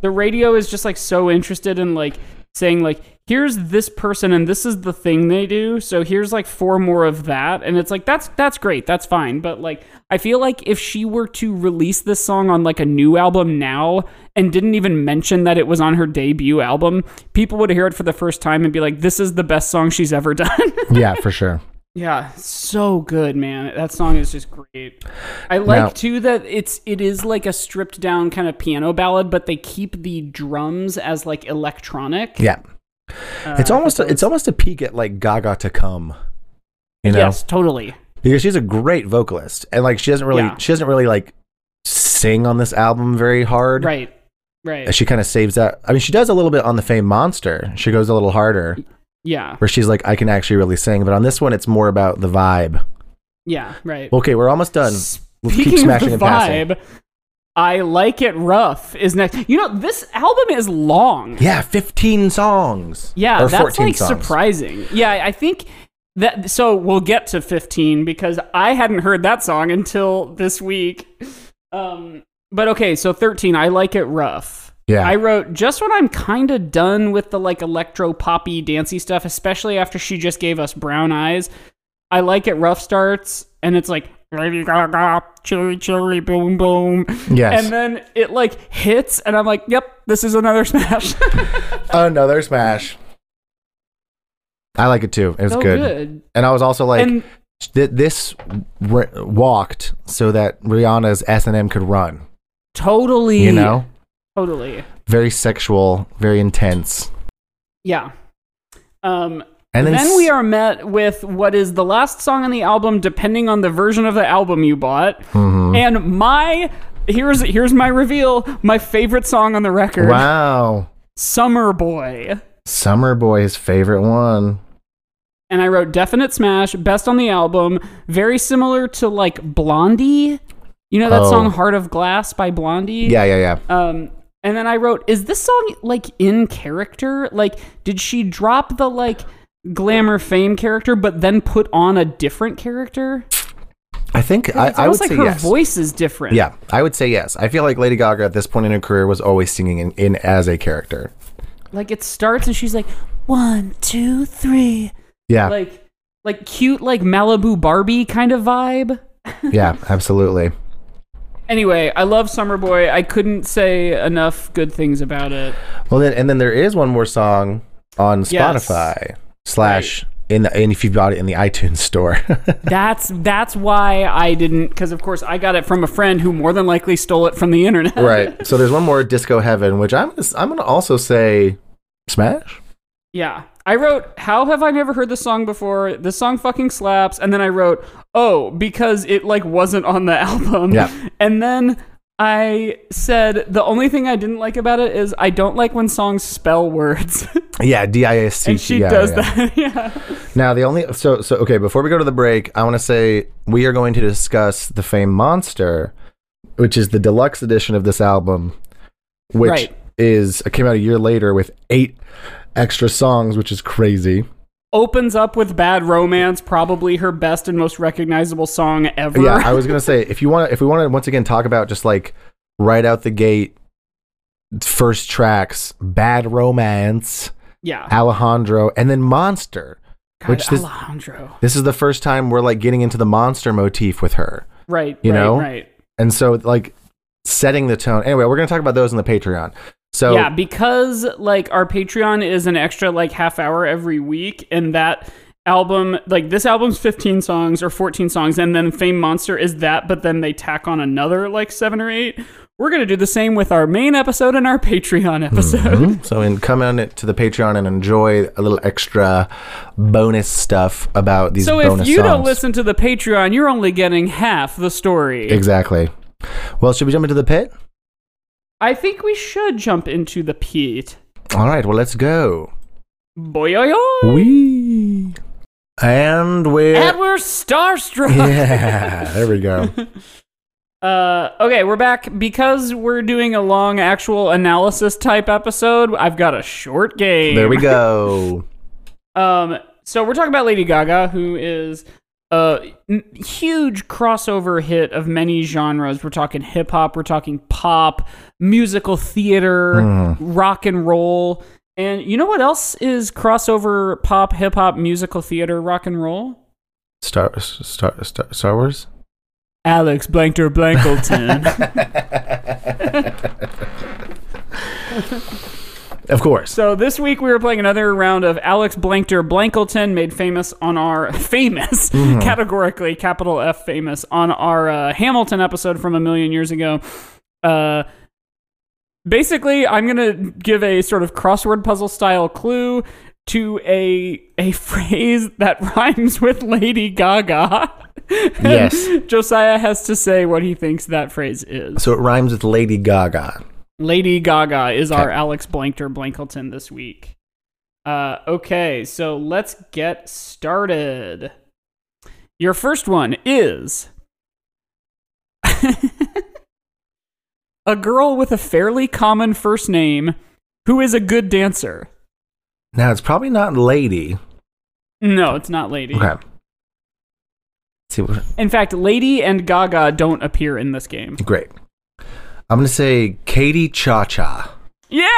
A: The radio is just like so interested in like saying like here's this person and this is the thing they do so here's like four more of that and it's like that's that's great that's fine but like i feel like if she were to release this song on like a new album now and didn't even mention that it was on her debut album people would hear it for the first time and be like this is the best song she's ever *laughs* done
B: yeah, for sure.
A: yeah so good man that song is just great i like
B: Now-
A: too that it's it is like a stripped down kind of piano ballad but they keep the drums as like electronic
B: Yeah,
A: Uh,
B: it's almost a, it's almost a peek at like Gaga to come. You know,
A: yes totally
B: because she's a great vocalist, and like she doesn't really
A: Yeah.
B: she doesn't really like sing on this album very hard.
A: right right
B: She kind of saves that. I mean, she does a little bit on the Fame Monster. She goes a little harder,
A: Yeah.
B: where she's like, I can actually really sing. But on this one, it's more about the vibe.
A: Yeah. Right.
B: Okay, we're almost done. Let's
A: Speaking
B: keep smashing
A: of
B: and
A: the
B: passing.
A: vibe, I like it rough is next. You know, this album is long.
B: Yeah, fifteen songs.
A: Yeah,
B: or
A: that's
B: 14
A: like
B: songs.
A: surprising. Yeah, I think that. So we'll get to fifteen because I hadn't heard that song until this week. Um, but okay, so thirteen. I like it rough.
B: Yeah.
A: I wrote just when I'm kind of done with the like electro poppy dancey stuff, especially after she just gave us brown eyes. I like it rough starts, and it's like Lady Gaga, chili chili, boom boom,
B: Yes.
A: and then it like hits, and I'm like, yep, this is another *laughs* smash.
B: Another smash. I like it too. It was
A: so
B: good. And I was also like,
A: and
B: th- this r- walked so that Rihanna's S and M could run.
A: totally,
B: You know,
A: totally,
B: very sexual, very intense.
A: yeah. Um,
B: And then,
A: then,
B: s-
A: we are met with what is the last song on the album, depending on the version of the album you bought.
B: Mm-hmm.
A: And my here's here's my reveal. My favorite song on the record,
B: wow,
A: "Summer Boy,"
B: Summer Boy's favorite one.
A: and I wrote "Definite Smash," best on the album. Very similar to like Blondie. You know that
B: Oh.
A: song "Heart of Glass" by Blondie.
B: Yeah, yeah, yeah.
A: Um, and then I wrote, is this song like in character? Like, did she drop the like glamour fame character, but then put on a different character?
B: I think I,
A: It's
B: I would
A: almost
B: say
A: like her
B: yes.
A: voice is different.
B: Yeah, I would say yes. I feel like Lady Gaga at this point in her career was always singing in, in as a character.
A: Like it starts and she's like, one, two, three.
B: Yeah,
A: Like, like cute, like Malibu Barbie kind of vibe.
B: yeah, absolutely.
A: Anyway, I love Summer Boy. I couldn't say enough good things about it.
B: Well, then, and then there is one more song on
A: Yes.
B: Spotify slash in the and if you bought it in the iTunes store. *laughs*
A: That's that's why I didn't, because of course I got it from a friend who more than likely stole it from the internet.
B: right. So there's one more Disco Heaven, which I'm gonna, s- I'm gonna also say Smash.
A: Yeah. I wrote, How have I never heard this song before? This song fucking slaps. And then I wrote, Oh, because it like wasn't on the *laughs* album.
B: Yeah.
A: And then I said, The only thing I didn't like about it is I don't like when songs spell words. *laughs*
B: Yeah, D I S C.
A: and she
B: yeah,
A: does
B: yeah.
A: that. *laughs* yeah.
B: Now the only so so okay. Before we go to the break, I want to say we are going to discuss the Fame Monster, which is the deluxe edition of this album, which
A: Right.
B: is it came out a year later with eight extra songs, which is crazy.
A: Opens up with Bad Romance, probably her best and most recognizable song ever.
B: Yeah, I was gonna say if you want to, if we want to once again talk about just like right out the gate, first tracks, Bad Romance,
A: Yeah.
B: Alejandro, and then Monster.
A: God,
B: which this-
A: Alejandro.
B: This is the first time we're like getting into the monster motif with her,
A: Right.
B: You
A: right,
B: know?
A: Right.
B: and so like setting the tone. Anyway, we're gonna talk about those in the Patreon. So *laughs*
A: yeah, because like our Patreon is an extra like half hour every week, and that album, like this album's 15 songs or 14 songs, and then Fame Monster is that, but then they tack on another like seven or eight. We're gonna do the same with our main episode and our Patreon episode.
B: Mhm. *laughs* So, and come on it to the Patreon and enjoy a little extra bonus stuff about these
A: So
B: bonus
A: if you
B: songs.
A: don't listen to the Patreon, you're only getting half the story.
B: Exactly. Well, should we jump into the pit?
A: I think we should jump into the Pete.
B: All right, well, let's go.
A: Boy, oh, oh.
B: We and we're
A: and we're starstruck.
B: *laughs* yeah. There
A: *laughs*
B: we go.
A: Uh, okay, we're back because we're doing a long actual analysis type episode. I've got a short game.
B: There we go.
A: Um, so we're talking about Lady Gaga, who is a n- huge crossover hit of many genres. We're talking
B: Hmm.
A: hip hop, we're talking pop, musical theater, rock and roll. And you know what else is crossover pop, hip hop, musical theater, rock and roll?
B: Star Star Star, Star Wars.
A: Alex Blankter
B: *laughs*
A: Blankleton.
B: Of course.
A: so this week we were playing another round of Alex Blankter Blankleton, made famous on our *laughs* famous, categorically capital F famous on our uh, Hamilton episode from a million years ago. Uh, basically, I'm gonna give a sort of crossword puzzle style clue to a a *laughs* phrase that *laughs* rhymes with Lady Gaga. And
B: Yes.
A: *laughs* Josiah has to say what he thinks that phrase is.
B: So it rhymes with Lady Gaga.
A: Lady Gaga is our
B: Okay.
A: Alex Blankter Blankleton this week. Uh, okay, so let's get started. Your first one is *laughs* a girl with a fairly common first name who is a good dancer.
B: Now it's probably not Lady.
A: No, it's not Lady.
B: Okay. Let's see what?
A: In fact, Lady and Gaga don't appear in this game.
B: Great. I'm gonna say Katie Cha Cha.
A: Yeah! *laughs*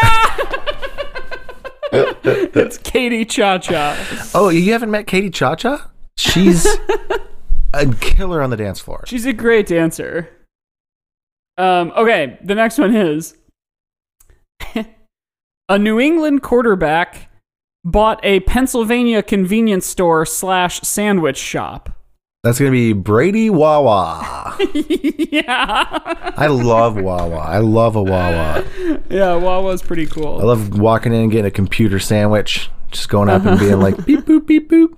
A: it's Katie Cha Cha.
B: Oh, you haven't met Katie Cha Cha? She's a killer on the dance floor.
A: She's a great dancer. Um, okay, the next one is *laughs* a New England quarterback bought a Pennsylvania convenience store slash sandwich shop. *laughs*
B: That's gonna be Brady Wawa.
A: yeah, *laughs*
B: I love Wawa. I love a Wawa.
A: yeah, Wawa's pretty
B: I
A: cool.
B: love walking in and getting a computer sandwich, just going up and being like beep boop beep boop,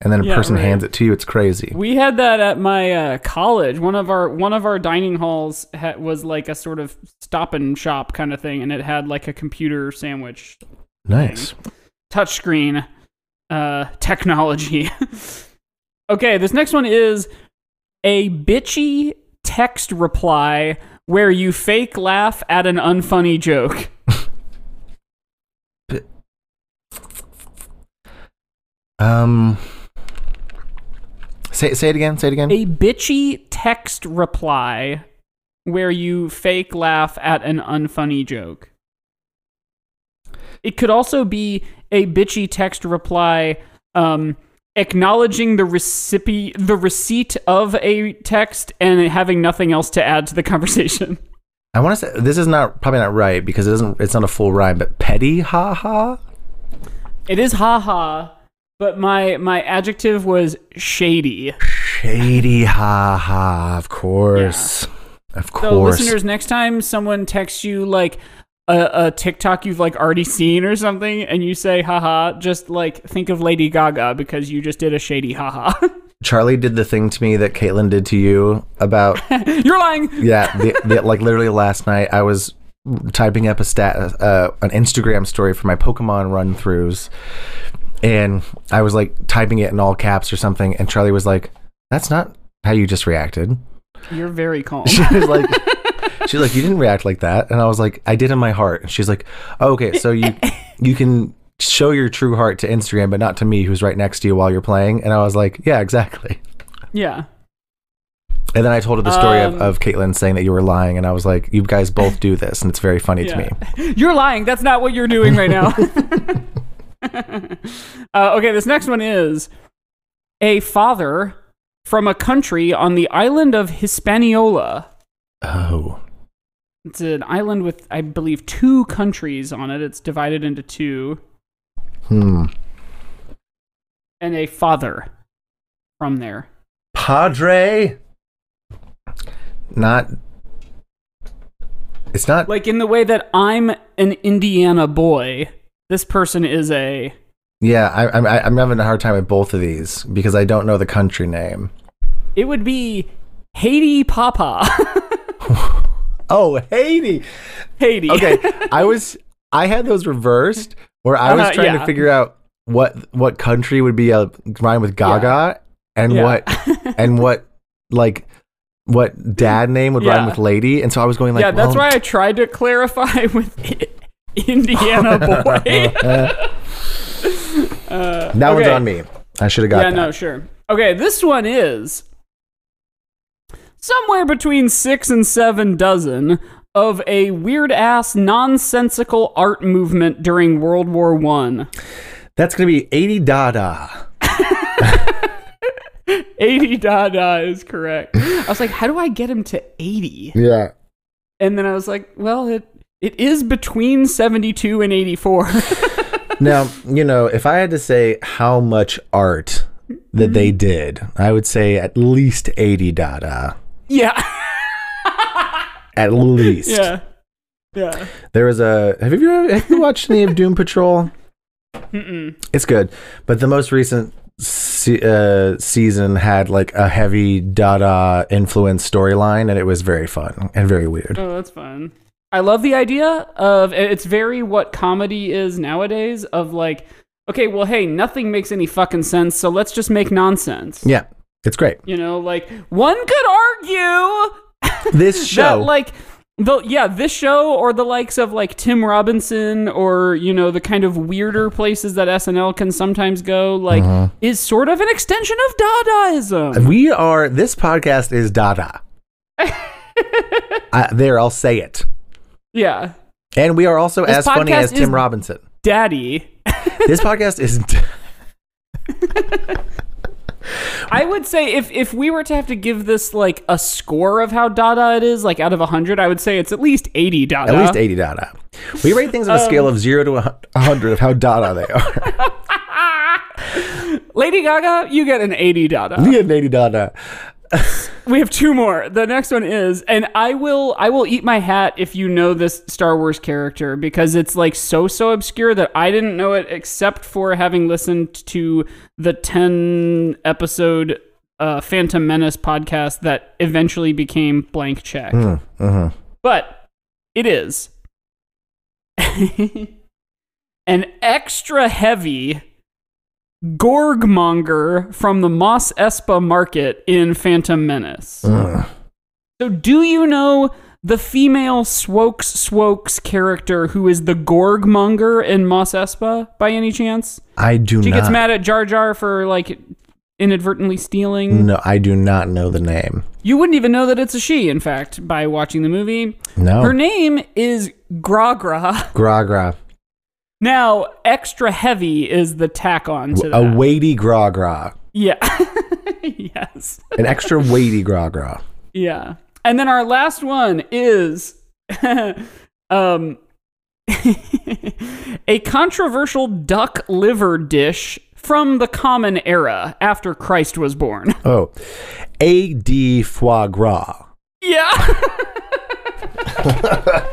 B: and then a
A: Yeah,
B: person
A: right.
B: hands it to you. It's crazy.
A: We had that at my uh, college. One of our one of our dining halls ha- was like a sort of stop and shop kind of thing, and it had like a computer sandwich
B: Nice.
A: touchscreen uh, technology. *laughs* okay, this next one is a bitchy text reply where you fake laugh at an unfunny joke.
B: Um, say say it again. Say it again.
A: A bitchy text reply where you fake laugh at an unfunny joke. It could also be a bitchy text reply um, acknowledging the recipient, the receipt of a text and having nothing else to add to the *laughs* conversation.
B: I want to say this is not probably not right because it doesn't. It's not a full rhyme, but petty ha ha.
A: It is haha, but my my adjective was shady.
B: Shady ha ha. Of course. Of
A: So
B: course.
A: listeners, next time someone texts you like a, a TikTok you've like already seen or something, and you say haha, just like think of Lady Gaga because you just did a shady haha. *laughs*
B: Charlie did the thing to me that Caitlin did to you
A: *laughs*
B: about
A: You're lying.
B: yeah, the, the, like literally last night I was typing up a stat uh, an Instagram story for my Pokemon run throughs, and I was like typing it in all caps or something, and Charlie was like, "That's not how you just reacted."
A: You're very
B: *laughs*
A: calm.
B: She was like. She's like, you didn't react like that, and I was like, I did in my heart. And she's like, "Oh, okay, so *laughs* you you can show your true heart to Instagram, but not to me, who's right next to you while you're playing. And I was like, yeah, exactly.
A: Yeah.
B: And then I told her the story
A: Um,
B: of, of Caitlin saying that you were lying, and I was like, "You guys both do this, and it's very funny to me."
A: me. *laughs* You're lying. That's not what you're doing right
B: *laughs*
A: now. *laughs* uh, okay, this next one is a father from a country on the island of Hispaniola.
B: Oh,
A: It's an island with, I believe, two countries on it. It's divided into two,
B: hmm.
A: and a father from there.
B: Padre. Not. It's not.
A: Like in the way that I'm an Indiana boy, this person is a.
B: yeah, I, I'm. I- I'm having a hard time with both of these because I don't know the country name.
A: It would be Haiti Papa. *laughs*
B: Oh, Haiti.
A: Haiti.
B: *laughs* Okay, I was. I had those reversed where I was
A: Uh-huh,
B: trying
A: yeah.
B: to figure out what what country would be a rhyme with Gaga and
A: Yeah.
B: what
A: *laughs*
B: and what like what dad name would rhyme
A: Yeah.
B: with lady and so i was going
A: *laughs*
B: like
A: yeah, that's
B: well,
A: why I tried to clarify *laughs* with I-
B: *laughs*
A: Indiana *laughs* boy. uh,
B: that one's
A: okay.
B: on me i should have got
A: yeah,
B: that
A: no, sure. Okay, this one is somewhere between six and seven dozen. of a weird ass nonsensical art movement during World War One.
B: That's gonna be eighty dada.
A: 80 Dada is correct. I was like, how do I get him to 80?
B: Yeah.
A: And then I was like, well, it it is between 72 and 84.
B: Now you know if I had to say how much art that they
A: Mm-hmm.
B: did, I would say at least eighty dada.
A: *laughs* yeah. *laughs*
B: At least.
A: Yeah. Yeah.
B: There was a. Have you ever- have you watched any of
A: *laughs*
B: Doom Patrol?
A: Mm-mm.
B: It's good, but the most recent se- uh, season had like a heavy Dada influence storyline, and it was very fun and very weird.
A: Oh, that's fun. I love the idea of it's very what comedy is nowadays of like, okay, well, hey, nothing makes any fucking sense, so let's just make nonsense.
B: Yeah, it's
A: *laughs*
B: great.
A: You know, like one could argue
B: This show,
A: that like the yeah this show or the likes of like tim robinson or you know the kind of weirder places that snl can sometimes go like
B: Uh-huh.
A: is sort of an extension of dadaism
B: we are. This podcast
A: *laughs*
B: is Dada. I, there, I'll say it.
A: yeah
B: And we are also
A: This
B: as funny
A: podcast
B: as Tim
A: is- *laughs*
B: Robinson.
A: daddy
B: This podcast is.
A: i would say if if we were to have to give this like a score of how dada it is like out of 100 i would say it's at least 80 dada
B: At least 80 Dada. We rate things on a
A: Um,
B: scale of 0 to a 100 of how Dada
A: *laughs*
B: they are.
A: lady gaga you get an 80 dada
B: we had 80 Dada.
A: We have two more. The next one is, and I will, I will eat my hat if you know this Star Wars character because it's like so so obscure that I didn't know it except for having listened to the ten episode uh, Phantom Menace podcast that eventually became Blank Check.
B: Mhm.
A: But it is *laughs* an extra heavy gorgmonger from the Moss Espa market in Phantom Menace.
B: Mm.
A: So, do you know the female Swokes Swokes character who is the gorgmonger in Moss Espa by any chance?
B: I do
A: She
B: not.
A: gets mad at Jar Jar for like inadvertently stealing.
B: No, I do not know the name.
A: You wouldn't even know that it's a she, in fact, by watching the movie.
B: No.
A: Her name is Gragra. *laughs*
B: Gragra.
A: Now, extra heavy is the tack on to
B: A
A: that.
B: weighty Gragra.
A: yeah. *laughs* yes.
B: An extra weighty Gragra.
A: Yeah. And then our last one is *laughs* um *laughs* a controversial duck liver dish from the common era after Christ was born. *laughs*
B: Oh. A.D. Foie Gras. *laughs*
A: Yeah.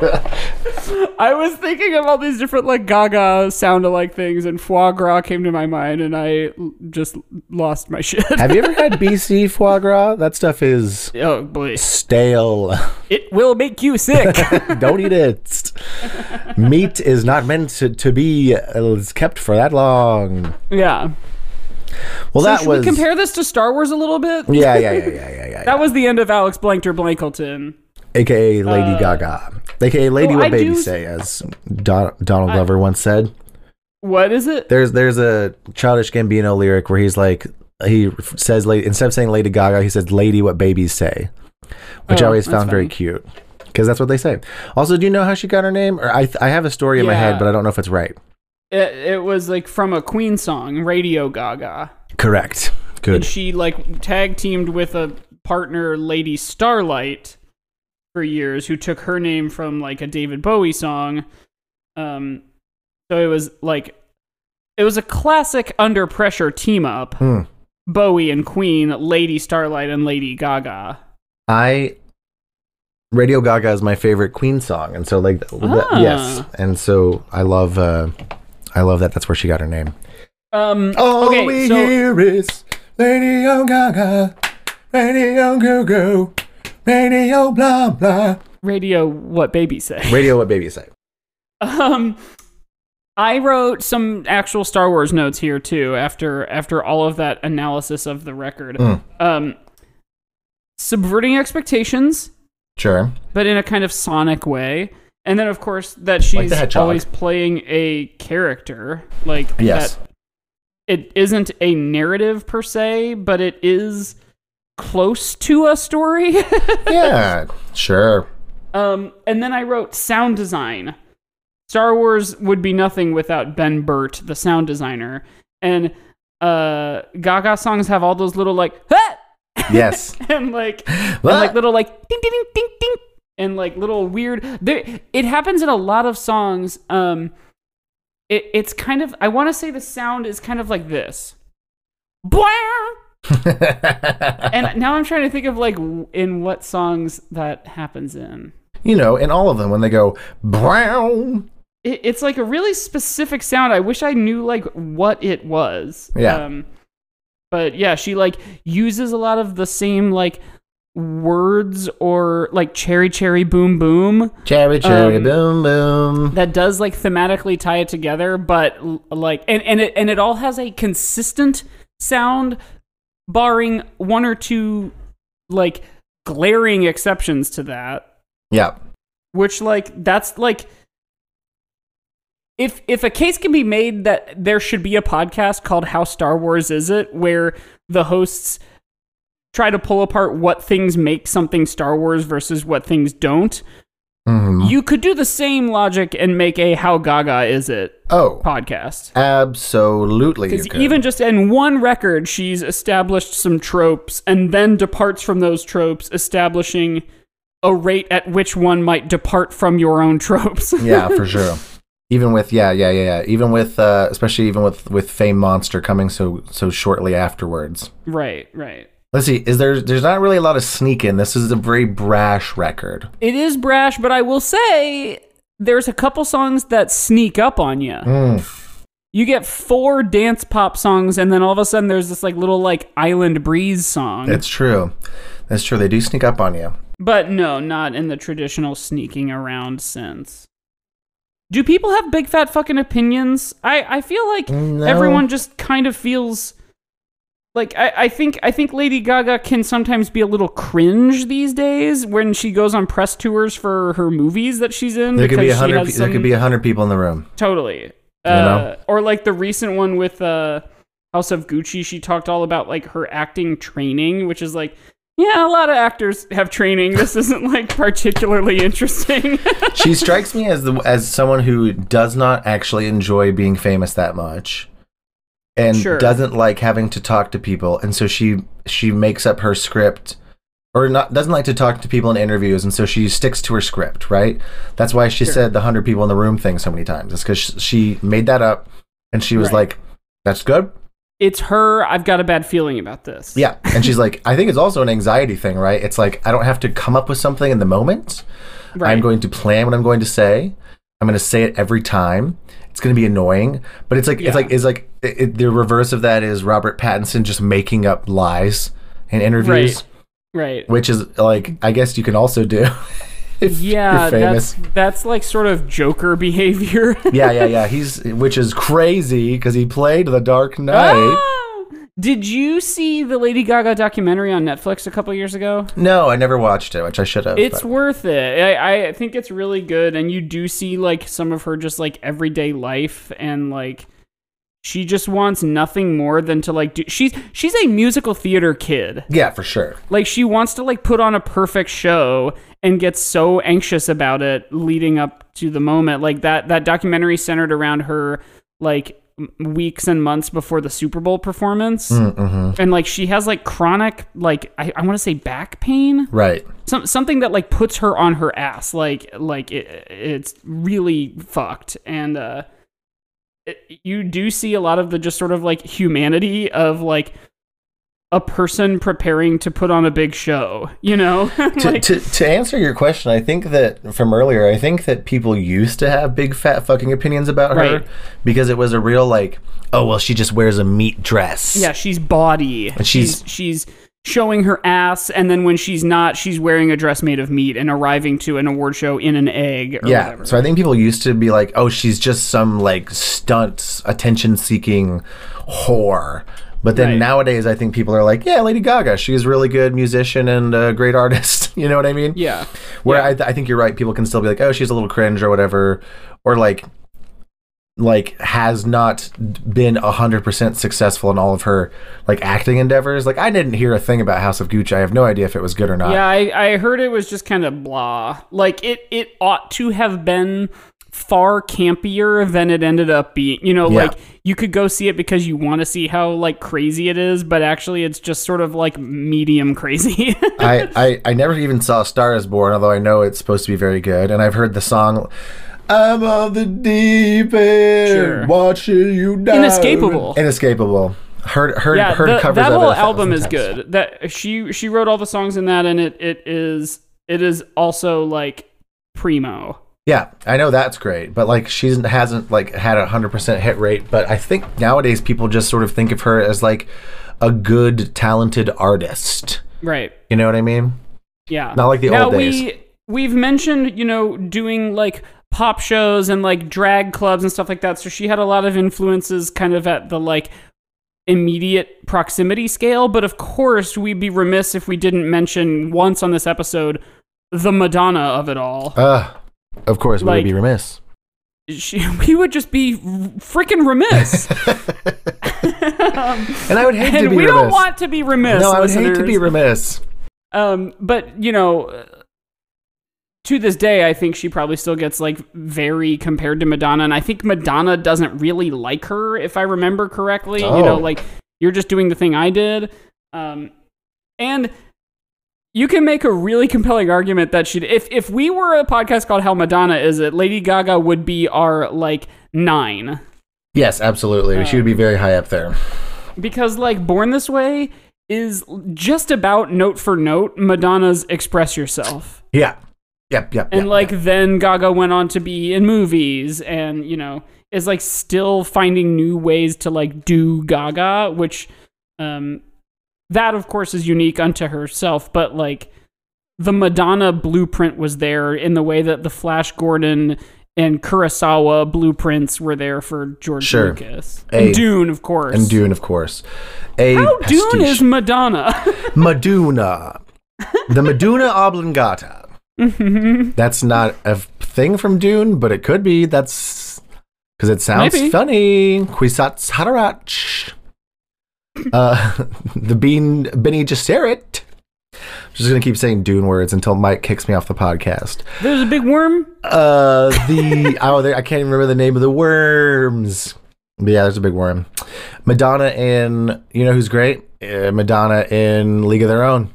A: I was thinking of all these different like Gaga sound alike things and foie gras came to my mind and I l- just lost my *laughs* shit.
B: Have you ever had BC Foie Gras? That stuff is
A: oh boy.
B: stale. *laughs*
A: It will make you sick.
B: Don't eat it. Meat is not meant to, to be uh, kept for that long.
A: yeah. So
B: Well, that
A: should
B: was
A: we compare this to Star Wars a little bit?
B: Yeah, yeah, yeah, yeah, yeah, yeah. yeah.
A: That was the end of Alex Blankter Blankleton.
B: AKA Lady Gaga, AKA Lady
A: well, Uh,
B: What
A: oh, I
B: Baby
A: do-
B: Say, as Don- Donald Glover once said.
A: What is it?
B: There's there's a childish Gambino lyric where he's like he says lady instead of saying Lady Gaga, he says Lady What Babies Say, which I
A: Oh,
B: always
A: that's
B: found very
A: funny.
B: cute because that's what they say. Also, do you know how she got her name? Or I th- I have a story in my head,
A: Yeah.
B: but I don't know if it's right.
A: it? It was like from a Queen song, Radio Gaga.
B: Correct.
A: And
B: Good.
A: she like tag teamed with a partner, Lady Starlight, for years, who took her name from like a David Bowie song. Um, so it was like, it was a classic under pressure team up.
B: Hmm.
A: Bowie and Queen, Lady Starlight and Lady Gaga.
B: I Radio Gaga is my favorite Queen song, and so like th- that-
A: Ah.
B: yes, and so I love uh, I love that. That's where she got her name.
A: Um,
B: All
A: okay,
B: we
A: so-
B: hear is Radio Gaga, Radio Goo Goo, Radio Blah Blah.
A: radio what baby say
B: Radio What Baby Say.
A: um i wrote some actual star wars notes here too after after all of that analysis of the record
B: Mm.
A: um subverting expectations
B: Sure.
A: but in a kind of sonic way and then of course that
B: the
A: she's
B: hedgehog.
A: always playing a character like
B: Yes.
A: that it isn't a narrative per se but it is close to a story *laughs*
B: yeah. Sure.
A: Um, and then I wrote sound design. Star Wars would be nothing without Ben Burt, the sound designer. And uh, Gaga songs have all those little like *laughs* "Huh!"
B: Yes.
A: and like *laughs* and like little like ding ding ding ding ding and like little weird there it happens in a lot of songs um it, it's kind of i want to say the sound is kind of like this Blah! and now i'm trying to think of like w- in what songs that happens in
B: *laughs* you know, in all of them when they go brown.
A: it, it's like a really specific sound i wish i knew like what it was
B: Yeah.
A: um but yeah she like uses a lot of the same like words or like cherry cherry boom boom
B: Cherry cherry
A: Um,
B: boom boom.
A: that does like thematically tie it together but l- like and and it and it all has a consistent sound barring one or two like glaring exceptions to that
B: Yeah.
A: which like that's like if if a case can be made that there should be a podcast called how star wars is it where the hosts try to pull apart what things make something star wars versus what things don't
B: Mhm.
A: you could do the same logic and make a How Gaga Is It
B: Oh,
A: podcast.
B: absolutely.
A: Because
B: You could.
A: even just in one record, she's established some tropes and then departs from those tropes, establishing a rate at which one might depart from your own tropes.
B: *laughs* yeah, for sure. Even with yeah, yeah, yeah, yeah. Even with uh, especially even with with Fame Monster coming so so shortly afterwards.
A: right, right.
B: Let's see. Is there? There's not really a lot of sneaking. This is a very brash record.
A: It is brash, but I will say there's a couple songs that sneak up on you.
B: Mm.
A: You get four dance pop songs, and then all of a sudden there's this like little like island breeze song.
B: It's true. That's true. They do sneak up on you.
A: But no, not in the traditional sneaking around sense. Do people have big fat fucking opinions? I, I feel like
B: No.
A: everyone just kind of feels like I, I think I think Lady Gaga can sometimes be a little cringe these days when she goes on press tours for her movies that she's in.
B: There could be a
A: because she
B: hundred.
A: has
B: pe- There could
A: some-
B: be a hundred people in the room.
A: Totally. Uh,
B: You know?
A: Or like the recent one with uh, House of Gucci, she talked all about like her acting training, which is like, yeah, a lot of actors have training. This isn't like particularly interesting. *laughs*
B: she strikes me as the as someone who does not actually enjoy being famous that much and
A: Sure.
B: doesn't like having to talk to people and so she she makes up her script or not doesn't like to talk to people in interviews and so she sticks to her script right that's why she
A: Sure.
B: said the 100 people in the room thing so many times it's because she made that up and she was
A: Right.
B: like that's good
A: it's her. I've got a bad feeling about this.
B: yeah and she's like i think it's also an anxiety thing right it's like i don't have to come up with something in the moment
A: Right.
B: I'm going to plan what I'm going to say. I'm going to say it every time. It's going to be annoying, but it's like
A: Yeah.
B: it's like it's like it, it- the reverse of that is Robert Pattinson just making up lies in interviews,
A: Right. Right.
B: which is like I guess you can also do. *laughs* if
A: Yeah,
B: you're famous.
A: that's that's like sort of Joker behavior. *laughs*
B: yeah, yeah, yeah. He's which is crazy because he played The Dark Knight.
A: Ah! Did you see the Lady Gaga documentary on Netflix a couple years ago?
B: No, I never watched it, which I should have.
A: It's
B: but-
A: worth it. I, I think it's really good, and you do see like some of her just like everyday life, and like she just wants nothing more than to like do. She's she's a musical theater kid.
B: yeah, for sure.
A: Like she wants to like put on a perfect show and gets so anxious about it leading up to the moment. Like that that documentary centered around her like m- weeks and months before the Super Bowl performance.
B: Mm-hmm.
A: And like she has like chronic like I, I want to say back pain
B: Right.
A: some something that like puts her on her ass like like it, it's really fucked and uh it, you do see a lot of the just sort of like humanity of like a person preparing to put on a big show you know *laughs*
B: to,
A: Like,
B: to, to answer your question, I think that from earlier, I think that people used to have big fat fucking opinions about
A: Right.
B: her because it was a real like, oh well, she just wears a meat dress.
A: yeah she's body
B: And she's-
A: she's showing her ass and then when she's not she's wearing a dress made of meat and arriving to an award show in an egg or
B: yeah.
A: whatever
B: So I think people used to be like, oh, she's just some like stunt, attention seeking whore. But then
A: Right.
B: nowadays, I think people are like, yeah, Lady Gaga, she's a really good musician and a great artist. *laughs* you know what I mean?
A: yeah
B: Where
A: Yeah.
B: I, th- I think you're right. People can still be like, oh, she's a little cringe or whatever, or like, like has not been 100% successful in all of her like acting endeavors like i didn't hear a thing about house of gucci i have no idea if it was good or not
A: yeah i, I heard it was just kind of blah like it it ought to have been far campier than it ended up being you know
B: Yeah.
A: like you could go see it because you want to see how like crazy it is but actually it's just sort of like medium crazy
B: *laughs*
A: *laughs*
B: I, I i never even saw star is born although i know it's supposed to be very good and i've heard the song i'm on the deep end
A: Sure.
B: watching you die
A: Inescapable.
B: inescapable heard heard
A: yeah,
B: heard
A: the-
B: covers
A: that
B: of it
A: whole
B: a thousand
A: album is
B: times.
A: good. That she she wrote all the songs in that, and it it is it is also like primo.
B: Yeah, I know that's great, but like she hasn't like had a hundred percent hit rate. But I think nowadays people just sort of think of her as like a good, talented artist.
A: Right.
B: You know what I mean?
A: Yeah.
B: Not like the
A: now
B: old days.
A: we we've mentioned you know doing like pop shows and like drag clubs and stuff like that. So she had a lot of influences, kind of at the like immediate proximity scale. But of course, we'd be remiss if we didn't mention once on this episode the Madonna of it all.
B: Uh, of course, we would
A: Like-
B: be remiss. *laughs*
A: she, *laughs* we would just be freaking
B: *laughs*
A: remiss. *laughs* Um,
B: And I would hate to
A: and
B: be
A: we
B: remiss.
A: don't want to be remiss.
B: no, I would hate to
A: listeners.
B: be remiss.
A: Um, but you know, uh, to this day, I think she probably still gets like very compared to Madonna, and I think Madonna doesn't really like her, if I remember correctly. You know,
B: Oh.
A: like you're just doing the thing I did, um, and you can make a really compelling argument that she, if if we were a podcast called How Madonna Is It, Lady Gaga would be our like nine.
B: Yes, absolutely. she would be very high up there.
A: because like born this way is just about note for note madonna's express yourself
B: Yeah. Yep. Yep.
A: and
B: yep,
A: like
B: yep.
A: then gaga went on to be in movies and you know is like still finding new ways to like do gaga which um that of course is unique unto herself but like the madonna blueprint was there in the way that the flash gordon and kurosawa blueprints were there for george
B: Sure.
A: lucas
B: A-
A: and dune of course
B: and Dune, of course. A
A: how Dune
B: pastiche.
A: is Madonna. *laughs*
B: Madonna. the Madonna oblongata. That's not a f- thing from Dune, but it could be. That's because it sounds
A: Maybe.
B: funny. Kwisatz Haderach. Uh, *laughs* the Bean Benny Gesserit. I'm just gonna keep saying Dune words until Mike kicks me off the podcast.
A: There's a big worm.
B: Uh, the *laughs* oh, there, I can't even remember the name of the worms. But yeah, there's a big worm. Madonna in you know who's great? Uh, Madonna in League of Their Own.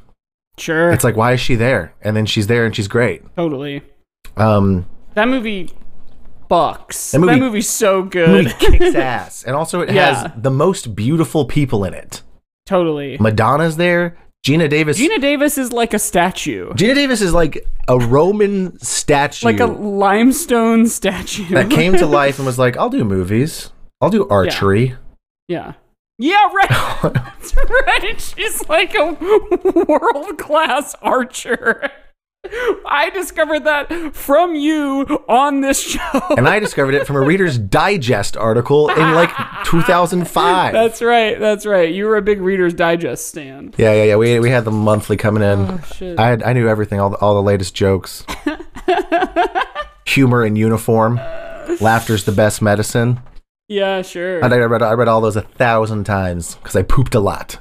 A: Sure,
B: It's like why is she there? And then she's there and she's great.
A: totally.
B: Um,
A: That movie fucks.
B: That
A: That,
B: movie-
A: movie's so
B: movie
A: good. *laughs*
B: kicks ass. And also, it
A: Yeah.
B: has the most beautiful people in it.
A: totally.
B: Madonna's there. Gina Davis. Gina,
A: Gina Davis is like a statue,
B: Davis is like a Roman statue
A: like a limestone statue. *laughs*
B: that came to life and was like, I'll do movies. I'll do archery.
A: yeah. Yeah, right. *laughs* That's right. She's like a world class archer. I discovered that from you on this show.
B: *laughs* And I discovered it from a Reader's Digest article in like
A: *laughs*
B: 2005.
A: That's right. That's right. You were a big Reader's Digest stan.
B: yeah, yeah, yeah. We, we had the monthly coming in.
A: Oh, shit.
B: I, had, I knew everything, all the, all the latest
A: *laughs*
B: jokes, humor in uniform. Laughter's the best medicine.
A: Yeah, sure.
B: And I read, I read all those a thousand times because I pooped a lot.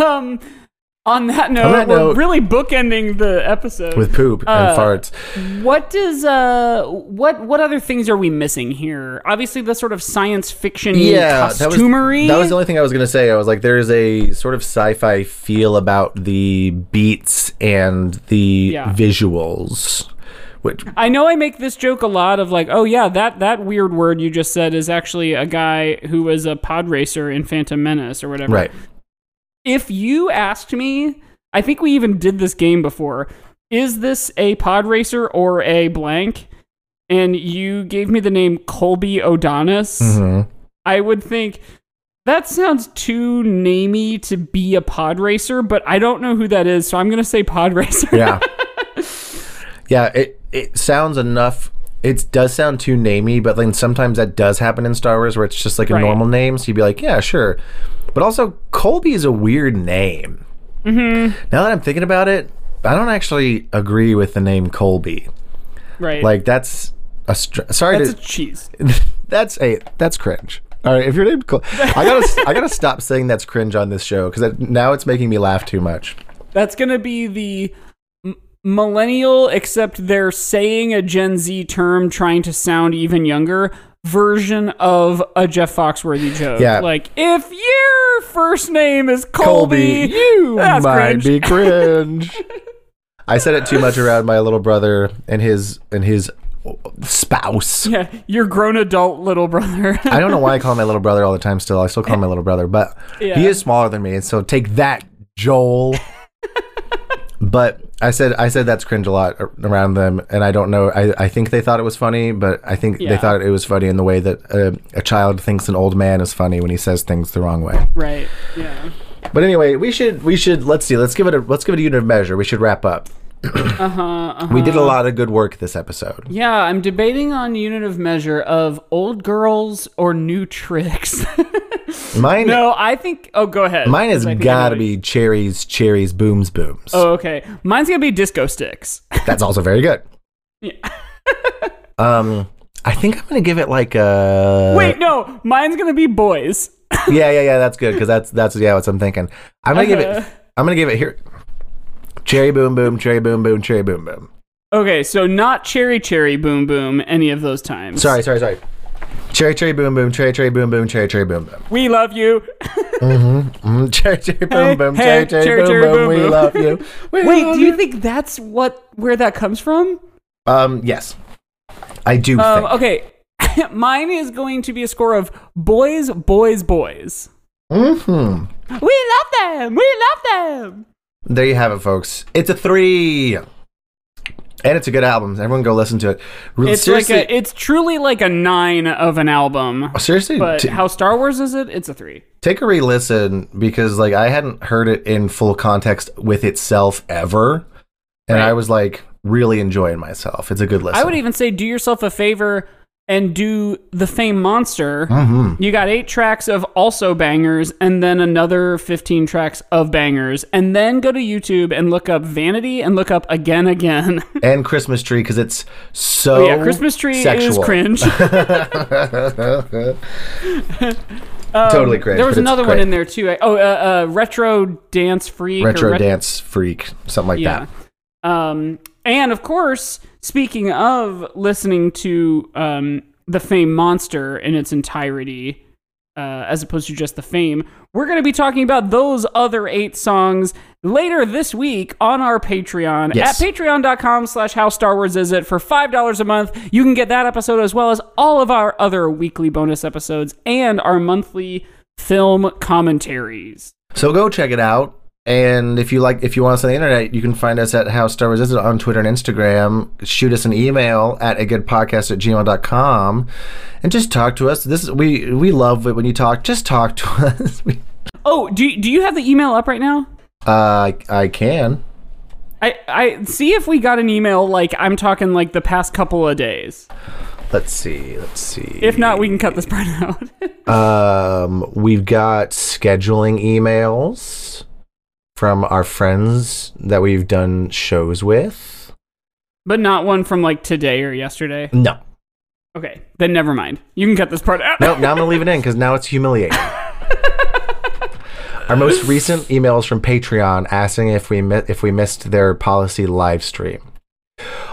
A: Um, on that note,
B: that
A: we're
B: note-
A: really bookending the episode.
B: with poop and
A: Uh,
B: farts.
A: what does uh, what what other things are we missing here? Obviously, the sort of science fiction
B: Yeah, that was,
A: costumery.
B: that was the only thing I was going to say. I was like, there is a sort of sci-fi feel about the beats and the
A: Yeah.
B: visuals, which
A: I know I make this joke a lot of like, oh yeah, that that weird word you just said is actually a guy who was a pod racer in Phantom Menace or whatever.
B: right,
A: if you asked me, I think we even did this game before. Is this a pod racer or a blank? And you gave me the name Colby Odonis.
B: Mhm.
A: I would think that sounds too namey to be a pod racer, but I don't know who that is, so I'm gonna say pod *laughs* racer.
B: yeah, yeah. It it sounds enough. It does sound too namey, but then sometimes that does happen in Star Wars where it's just like a
A: Right.
B: normal name. So you'd be like, yeah, sure. But also, Colby is a weird name. Mm-hmm. Now that I'm thinking about it, I don't actually agree with the name Colby.
A: right.
B: Like that's a str- sorry
A: That's a
B: to *laughs*
A: cheese.
B: that's a that's cringe. All right, if your name, Cl- I gotta I gotta stop saying that's cringe on this show because now it's making me laugh too much.
A: That's gonna be the m- millennial, except they're saying a Gen Z term, trying to sound even younger version of a Jeff Foxworthy joke.
B: Yeah.
A: Like if your first name is Colby,
B: you
A: that's
B: might
A: cringe.
B: be cringe. I said it too much around my little brother and his and his spouse.
A: yeah, your grown adult little brother.
B: I don't know why I call him my little brother all the time. Still, I still call him my little brother, but
A: Yeah.
B: he is smaller than me, and so take that, *laughs* Joel. but I said I said that's cringe a lot ar- around them, and I don't know. I, I think they thought it was funny, but I think
A: Yeah.
B: they thought it was funny in the way that a, a child thinks an old man is funny when he says things the wrong way.
A: *laughs* right. Yeah.
B: But anyway, we should we should let's see let's give it a let's give it a unit of measure. We should wrap up.
A: Uh huh. Uh-huh.
B: We did a lot of good work this episode.
A: Yeah, I'm debating on unit of measure of old girls or new tricks. *laughs*
B: Mine
A: no, I think. Oh, go ahead.
B: mine has
A: 'cause I think I know
B: gotta
A: what you-
B: be cherries, cherries, booms, booms.
A: Oh, okay. Mine's gonna be disco sticks. *laughs*
B: That's also very good.
A: Yeah.
B: *laughs* um, I think I'm gonna give it like a
A: Wait, no, mine's gonna be boys.
B: Yeah, yeah, yeah. That's good because that's that's yeah. What I'm thinking. I'm gonna give
A: Uh-huh.
B: it. I'm gonna give it here. Cherry boom boom, cherry boom boom, cherry boom boom.
A: Okay, so not cherry cherry boom boom any of those times.
B: Sorry, sorry, sorry. Cherry cherry boom boom, cherry cherry boom boom, cherry cherry boom boom.
A: We love you.
B: Mm, *laughs* cherry cherry
A: Hey,
B: boom boom,
A: hey,
B: cherry cherry
A: cherry, cherry,
B: boom boom.
A: boom,
B: We
A: boom.
B: love you.
A: *laughs*
B: We
A: *laughs* Wait,
B: love
A: do you think that's what where that comes from?
B: Um, yes, I do.
A: Um,
B: think.
A: okay. *laughs* Mine is going to be a score of boys, boys, boys.
B: Mhm.
A: We love them. We love them.
B: There you have it, folks. It's a three, and it's a good album. Everyone go listen to it. Re-
A: It's
B: seriously, uh, Oh,
A: like a, it's truly like a nine of an album.
B: seriously,
A: But
B: t-
A: how Star Wars is it? It's a three.
B: take a re-listen because like I hadn't heard it in full context with itself ever, and
A: Right.
B: I was like really enjoying myself. It's a good listen.
A: I would even say do yourself a favor and do the Fame Monster.
B: Mhm.
A: You got eight tracks of also bangers, and then another 15 tracks of bangers. And then go to YouTube and look up Vanity and look up Again Again. *laughs*
B: and Christmas tree because it's so
A: oh, yeah, Christmas Tree
B: sexual.
A: is cringe.
B: *laughs* *laughs* totally cringe.
A: Um, there was
B: but it's
A: another
B: great.
A: one in there, too. I- Oh, uh, uh, Retro Dance Freak.
B: retro
A: or ret-
B: dance freak, something like
A: Yeah.
B: that.
A: Um, and of course, speaking of listening to um, the Fame Monster in its entirety, uh, as opposed to just the Fame, we're going to be talking about those other eight songs later this week on our Patreon
B: Yes.
A: at patreon.com slash how Star Wars is it for $5 a month. You can get that episode as well as all of our other weekly bonus episodes and our monthly film commentaries.
B: So go check it out. And if you like, if you want us on the internet, you can find us at How Star Wars Is It on Twitter and Instagram. Shoot us an email at a good podcast at gmail.com and just talk to us. This is, we, we love it when you talk, just talk to *laughs* us. We-
A: Oh, do, do you have the email up right now?
B: uh, I, I can.
A: I, I see if we got an email like I'm talking like the past couple of days.
B: Let's see. Let's see.
A: If not, we can cut this *laughs* part out.
B: Um, we've got scheduling emails from our friends that we've done shows with.
A: but not one from like today or yesterday.
B: No,
A: Okay, then never mind. You can cut this part out.
B: Nope, now I'm gonna leave it in because now it's humiliating. Our most recent emails from Patreon asking if we mi- if we missed their policy live stream.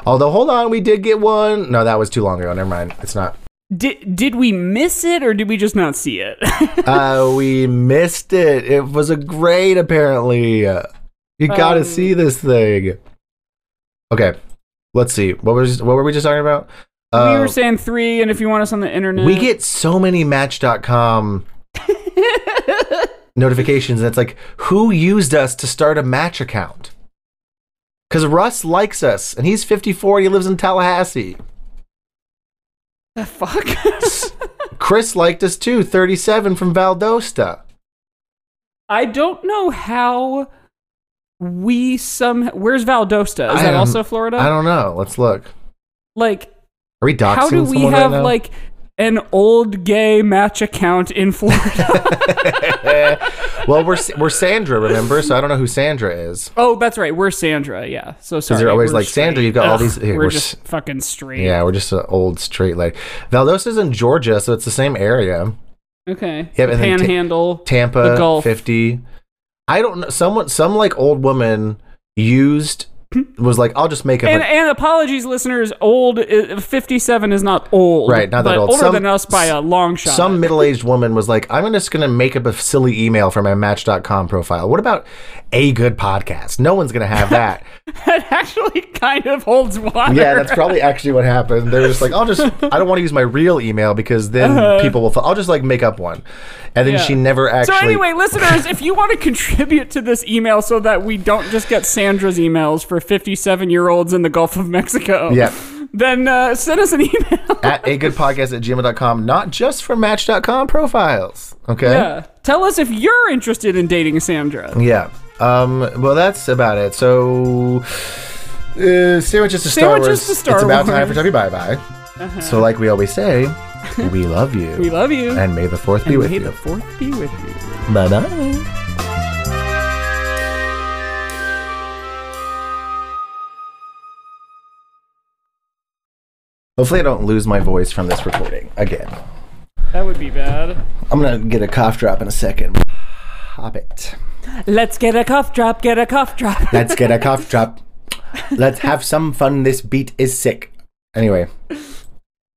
B: Although, hold on, we did get one. No, that was too long ago. Never mind. It's not.
A: Did did we miss it or did we just not see it? *laughs*
B: Uh, we missed it. It was a great, apparently. You gotta
A: Um.
B: see this thing. Okay, let's see. What was what were we just talking about?
A: we were
B: Uh,
A: saying three, and if you want us on the internet,
B: we get so many Match.com notifications and it's like who used us to start a match account because russ likes us and he's 54 he lives
A: *laughs*
B: in tallahassee
A: *laughs* the fuck. *laughs*
B: chris liked us too 37 from valdosta
A: I don't know how we some. Where's Valdosta? Is
B: I
A: that
B: don't-
A: also Florida?
B: i don't know let's look
A: like
B: are we doxing
A: how do we
B: someone
A: have
B: right now?
A: like an old gay match account in Florida.
B: well, we're we're Sandra, remember? So I don't know who Sandra is.
A: oh, that's right. We're Sandra. Yeah. So sorry.
B: Because they're always
A: we're
B: like, Sandra,
A: straight.
B: you've got all
A: Ugh,
B: these- here,
A: we're,
B: we're
A: just
B: s-
A: fucking straight.
B: Yeah, we're just an old straight lady. Valdosta's in Georgia, so it's the same area.
A: Okay.
B: Yeah,
A: The
B: and then ta-
A: Panhandle.
B: Tampa,
A: The Gulf.
B: fifty. I don't know. Someone, some like old woman used was like, I'll just make up.
A: and,
B: a
A: and apologies, listeners. Old uh, fifty-seven is not old,
B: Right, not that
A: but
B: old.
A: Older
B: Some-
A: than us by a long shot.
B: some middle-aged woman was like, I'm just gonna make up a silly email for my Match.com profile. What about a good podcast? No one's gonna have that.
A: *laughs* that actually kind of holds water.
B: yeah, that's probably actually what happened. They're just like, I'll just, I don't want to use my real email because then people will. Th- I'll just like make up one, and then
A: Uh-huh. Yeah.
B: she never actually.
A: So *laughs* anyway, listeners, if you want to contribute to this email so that we don't just get Sandra's emails for 57-year-olds in the Gulf of Mexico,
B: Yep.
A: then uh, send us an email. *laughs*
B: at a good podcast at gmail.com, not just for match.com profiles. Okay.
A: yeah. Tell us if you're interested in dating Sandra.
B: Yeah. Um, well, that's about it. So, uh, sandwiches to Star
A: Sandwiches
B: Wars.
A: to Star
B: it's about time
A: Wars. Uh-huh.
B: for Chubby Bye Bye. So, like we
A: *laughs*
B: always say, we love you.
A: We love you.
B: And may the fourth be
A: And
B: with
A: may
B: you.
A: the fourth be with you.
B: bye bye. Hopefully, I don't lose my voice from this recording again.
A: That would be bad.
B: I'm gonna get a cough drop in a second. Hop it.
A: Let's get a cough drop, get a cough drop.
B: Let's get a cough drop. Let's have some fun. This beat is sick. Anyway,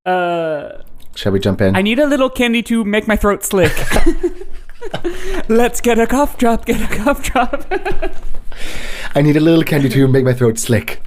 A: Uh...
B: shall we jump in?
A: I need a little candy to make my throat slick. *laughs* Let's get a cough drop, get a cough drop.
B: I need a little candy to make my throat slick.